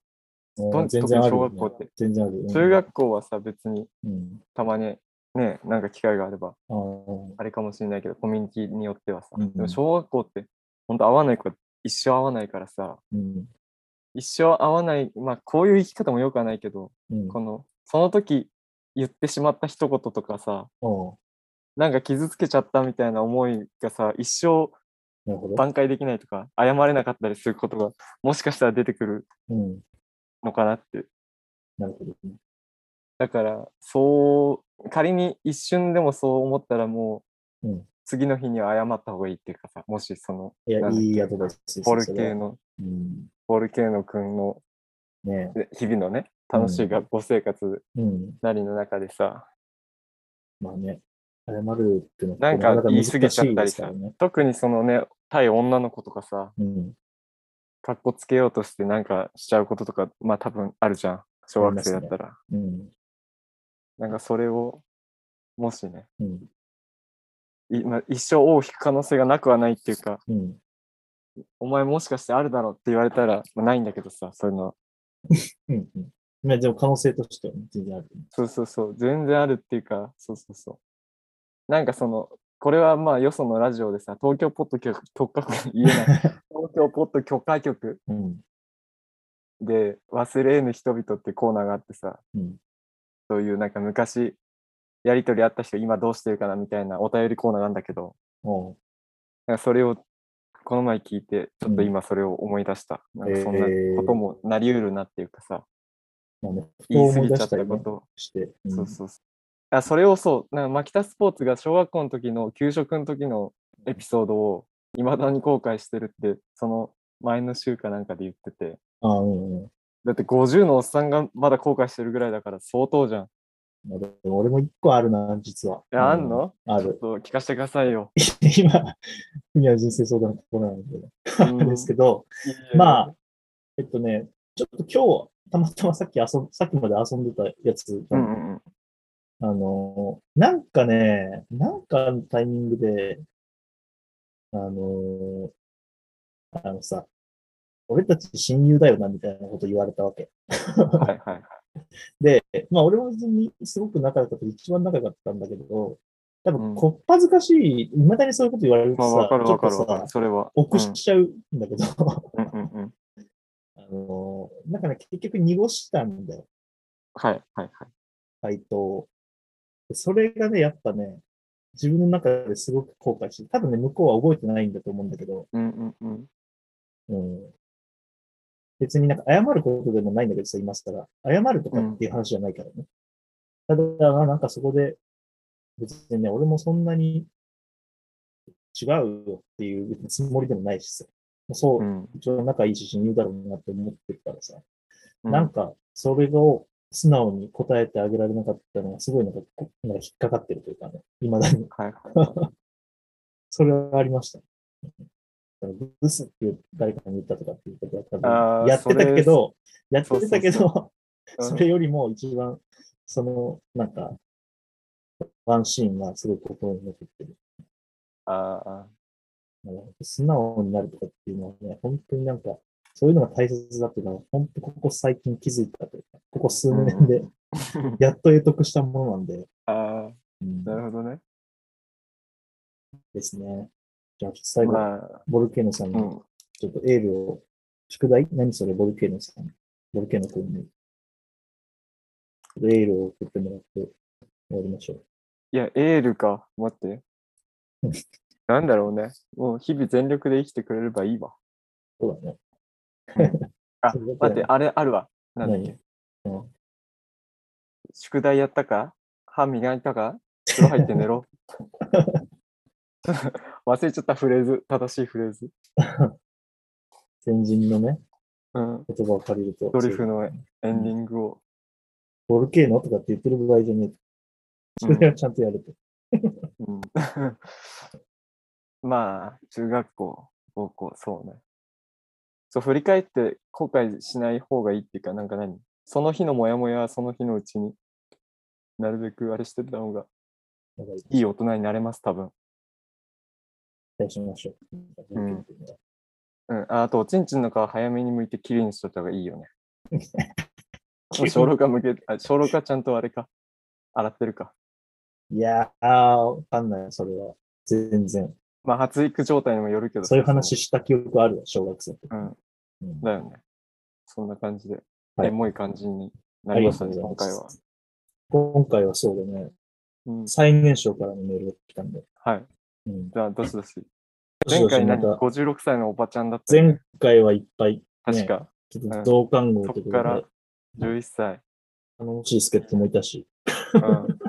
Speaker 1: うん
Speaker 2: どん
Speaker 1: 全然あるよ
Speaker 2: 特に小学校って
Speaker 1: ね。全然ある。うん
Speaker 2: 中学校はさ、別に、
Speaker 1: うん。
Speaker 2: たまに、ね、なんか機会があれば、
Speaker 1: あー
Speaker 2: あれかもしんないけど、コミュニティによってはさ。
Speaker 1: うん
Speaker 2: でも小学校って、ほんと会わない子は一生会わないからさ、
Speaker 1: うん。
Speaker 2: 一生会わない、まあこういう生き方もよくはないけど、
Speaker 1: うん。
Speaker 2: この、その時言ってしまった一言とかさ、
Speaker 1: おう
Speaker 2: なんか傷つけちゃったみたいな思いがさ、一生
Speaker 1: なるほど。
Speaker 2: 挽回できないとか、謝れなかったりすることが、もしかしたら出てくる
Speaker 1: うん。
Speaker 2: のかなって。
Speaker 1: なるほどね。
Speaker 2: だから、そう、仮に一瞬でもそう思ったらもう、
Speaker 1: うん
Speaker 2: 次の日には謝った方がいいっていうかさ、もしその、
Speaker 1: いや
Speaker 2: な、んだっ
Speaker 1: い
Speaker 2: け
Speaker 1: いアドバイスです。
Speaker 2: ポルケ
Speaker 1: それは。
Speaker 2: ーノ、
Speaker 1: うん。
Speaker 2: ポルケーノ君の
Speaker 1: ね
Speaker 2: ね日々のね、楽し
Speaker 1: う
Speaker 2: い
Speaker 1: ん
Speaker 2: 学校生活
Speaker 1: うん。
Speaker 2: なりの中でさ、
Speaker 1: まあね。謝るっていうの
Speaker 2: なんか言い過ぎちゃっ
Speaker 1: なかなか難
Speaker 2: たりさ
Speaker 1: しいですからね。
Speaker 2: 特にそのね、対女の子とかさ、
Speaker 1: うん。
Speaker 2: かっこつけようとしてなんかしちゃうこととか、まあ多分あるじゃん。小学生だったら。
Speaker 1: うん。
Speaker 2: なんかそれを、もしね、
Speaker 1: うん。
Speaker 2: いまあ一生尾を引く可能性がなくはないっていうか、
Speaker 1: うん。
Speaker 2: お前もしかしてあるだろうって言われたら、まあないんだけどさ、そういうのは。
Speaker 1: うん。うんまあ、でも可能性としてはね全然ある。
Speaker 2: そうそうそう、全然あるっていうか、そうそうそう。なんかその、これはまあよそのラジオでさ、東京ポッド許可許可局 言えない。東京ポッド許可局
Speaker 1: うん。
Speaker 2: で忘れぬ人々ってコーナーがあってさ、
Speaker 1: うん
Speaker 2: そういうなんか昔やりとりあった人今どうしてるかなみたいなお便りコーナーなんだけど、
Speaker 1: おう
Speaker 2: なんかそれをこの前聞いて、ちょっと今それを思い出した。なんかそんなこともなりうるなっていうかさ、
Speaker 1: まあね、ふと
Speaker 2: 言い過
Speaker 1: 思い
Speaker 2: ぎ
Speaker 1: 出
Speaker 2: ちゃっ
Speaker 1: したたり
Speaker 2: こ
Speaker 1: ね
Speaker 2: と。
Speaker 1: して。ん
Speaker 2: そうそうそう。あ、それをそう、なんかマキタスポーツが小学校の時の給食の時のエピソードをいまだに後悔してるって、その前の週かなんかで言ってて、
Speaker 1: ああ、うんうん。
Speaker 2: だって50のおっさんがまだ後悔してるぐらいだから相当じゃん。
Speaker 1: まあでも俺も一個あるな、実は。
Speaker 2: えあんの
Speaker 1: あ
Speaker 2: ちょっ
Speaker 1: る。
Speaker 2: と聞かせてくださいよ。
Speaker 1: 今、君は人生相談のところなんだけど
Speaker 2: う ん
Speaker 1: ですけど、まあ、えっとね、ちょっと今日、たまたまさっき遊ん、さっきまで遊んでたやつ、
Speaker 2: うんうんうん。
Speaker 1: あの、なんかね、なんかのタイミングで、あの、あのさ、俺たち親友だよな、みたいなこと言われたわけ。
Speaker 2: はいは いはい。
Speaker 1: で、まあ俺も別にすごく仲良かった、一番仲良かったんだけど、多
Speaker 2: うん
Speaker 1: 分、こっぱずかしい、未だにそういうこと言われると
Speaker 2: まあ
Speaker 1: さ、
Speaker 2: わかる
Speaker 1: ちょ
Speaker 2: わ
Speaker 1: っ
Speaker 2: か
Speaker 1: と
Speaker 2: るわかる。
Speaker 1: さ、
Speaker 2: それは。
Speaker 1: 臆しちゃうんだけど、
Speaker 2: うんうんうんうん。
Speaker 1: あの、なんかね、結局濁したんだよ、
Speaker 2: はいはいはい。
Speaker 1: 回答をでそれがね、やっぱね、自分の中ですごく後悔して、多分ね、向こうは覚えてないんだと思うんだけど、
Speaker 2: うんうんうん。
Speaker 1: うん、別になんか謝ることでもないんだけどさ、今更。謝るとかっていう話じゃないからね。ただ、なんかそこで、別にね、俺もそんなに違うよっていうつもりでもないしさ。そうう、
Speaker 2: ん
Speaker 1: 一応仲いいし親友だろうなって思ってるからさ。
Speaker 2: うん。
Speaker 1: なんか、それを素直に答えてあげられなかったのが、すごいなんか、こなんか引っかかってるというかね、未だに。
Speaker 2: はいはい。
Speaker 1: それはありました。ブスっていう誰かに言ったとかっていうことは多
Speaker 2: あー
Speaker 1: 分、やってたけど、やってたけ
Speaker 2: そう
Speaker 1: ど、
Speaker 2: うん
Speaker 1: それよりも一番、その、なんか、ワンシーンがすごい心に残ってる。
Speaker 2: ああ。
Speaker 1: なんか素直になるとかっていうのはね、本当になんか、そういうのが大切だっていうのは、本当ここ最近気づいたというか、ここ数年で、やっと得得したものなんで、
Speaker 2: ああ、
Speaker 1: うん
Speaker 2: なるほどね。
Speaker 1: ですね。じゃあ、最後、
Speaker 2: まあ、
Speaker 1: ボルケーノさんに
Speaker 2: うん。
Speaker 1: ちょっとエールを、宿題何それ、ボルケーノさん。ボルケーノ君に。エールを送ってもらって終わりましょう。
Speaker 2: いや、エールか。待って
Speaker 1: うん。
Speaker 2: なんだろうね。もう日々全力で生きてくれればいいわ。
Speaker 1: そうだね。
Speaker 2: あ
Speaker 1: それだけ、だ
Speaker 2: 待
Speaker 1: ね
Speaker 2: って、あれあるわ。なんだっけ。
Speaker 1: 何うん
Speaker 2: 宿題やったか歯磨いたか風呂入って寝ろ。忘れちゃったフレーズ。正しいフレーズ。
Speaker 1: 先人のね、
Speaker 2: うん。
Speaker 1: 言葉を借りると。
Speaker 2: ドリフのエンディングを。
Speaker 1: ボルケーノとかって言ってる場合じゃねえと。
Speaker 2: うん
Speaker 1: 宿題はちゃんとやると。
Speaker 2: うん まあ、中学校、高校、そうね。そう、振り返って後悔しない方がいいっていうか、なんか何その日のモヤモヤはその日のうちになるべくあれしてた方が
Speaker 1: お願い
Speaker 2: いい大人になれます、多分。
Speaker 1: しましょう。ボルケーノ君は
Speaker 2: うん。ああと、おちんちんの皮早めに剥いてきれいにしといた方がいいよね。小老化向け、あ小老化ちゃんとあれか。洗ってるか。
Speaker 1: いやー、わかんない、それは。全然。
Speaker 2: まあ、発育状態にもよるけどさ。
Speaker 1: そういう話した記憶あるわ、小学生の時。
Speaker 2: その。うん。
Speaker 1: うん
Speaker 2: だよね。そんな感じで、
Speaker 1: はい
Speaker 2: エモい感じになりましたね、
Speaker 1: ありがとうご
Speaker 2: 今
Speaker 1: ざ
Speaker 2: 回
Speaker 1: い
Speaker 2: は
Speaker 1: ま。今回はそうだね。
Speaker 2: うん、
Speaker 1: 最年少からのメールが来たんで。
Speaker 2: はい。
Speaker 1: うん、
Speaker 2: じゃあ、どしどし。前回何 ?56 歳のおばちゃんだったよね、
Speaker 1: 前回はいっぱい、
Speaker 2: 確か。
Speaker 1: ちょっと同感号
Speaker 2: そ
Speaker 1: とい
Speaker 2: っ
Speaker 1: うこ
Speaker 2: か
Speaker 1: と
Speaker 2: ら
Speaker 1: で、
Speaker 2: 11歳。
Speaker 1: 頼もしい助っ人もいたし、
Speaker 2: うん。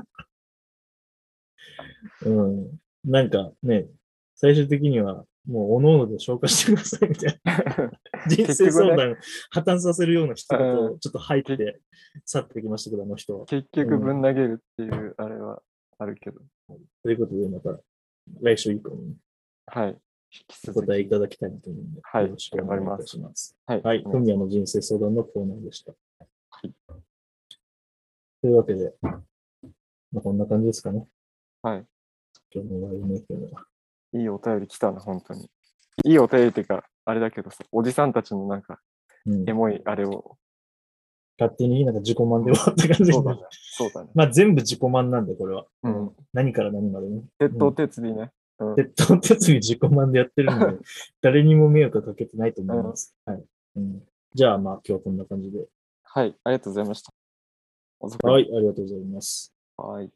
Speaker 1: うん。なんかね、最終的には、もう、おのおので消化してくださいみたいな。人生相談、破綻させるような一言
Speaker 2: う
Speaker 1: をちょっと入って去ってきましたけど、あの人は。
Speaker 2: 結局ぶん投げるっていう、あれはあるけど。
Speaker 1: ということで、また来週以降に
Speaker 2: はい。引き
Speaker 1: お
Speaker 2: 続
Speaker 1: 答
Speaker 2: き。
Speaker 1: えいただきたいなと思うんで、
Speaker 2: はい
Speaker 1: よろしくお願いいたします。
Speaker 2: はい
Speaker 1: はい、
Speaker 2: お願
Speaker 1: フ
Speaker 2: い
Speaker 1: ミヤの人生相談のコーナーでした。
Speaker 2: い
Speaker 1: というわけで、まあ、こんな感じですかね。
Speaker 2: はい。
Speaker 1: 今日の終わりのけど。
Speaker 2: いいお便り来たな、本当に。いいお便りっていうか、あれだけどさ、おじさんたちのなんか、
Speaker 1: うん
Speaker 2: エ、モいあれを。
Speaker 1: 勝手になんか自己満で終わった感じです
Speaker 2: そうだ
Speaker 1: ね
Speaker 2: ね。。そうだね。
Speaker 1: まあ全部自己満なんで、これは。
Speaker 2: うん。
Speaker 1: 何から何までね。
Speaker 2: 鉄塔鉄尾ね。うん。
Speaker 1: 鉄塔鉄尾自己満でやってる ので、誰にも迷惑はかけてないと思います。はい。うん、じゃあまあ今日はこんな感じで。
Speaker 2: はい、ありがとうございました。お疲れ
Speaker 1: はい、ありがとうございます。
Speaker 2: はい。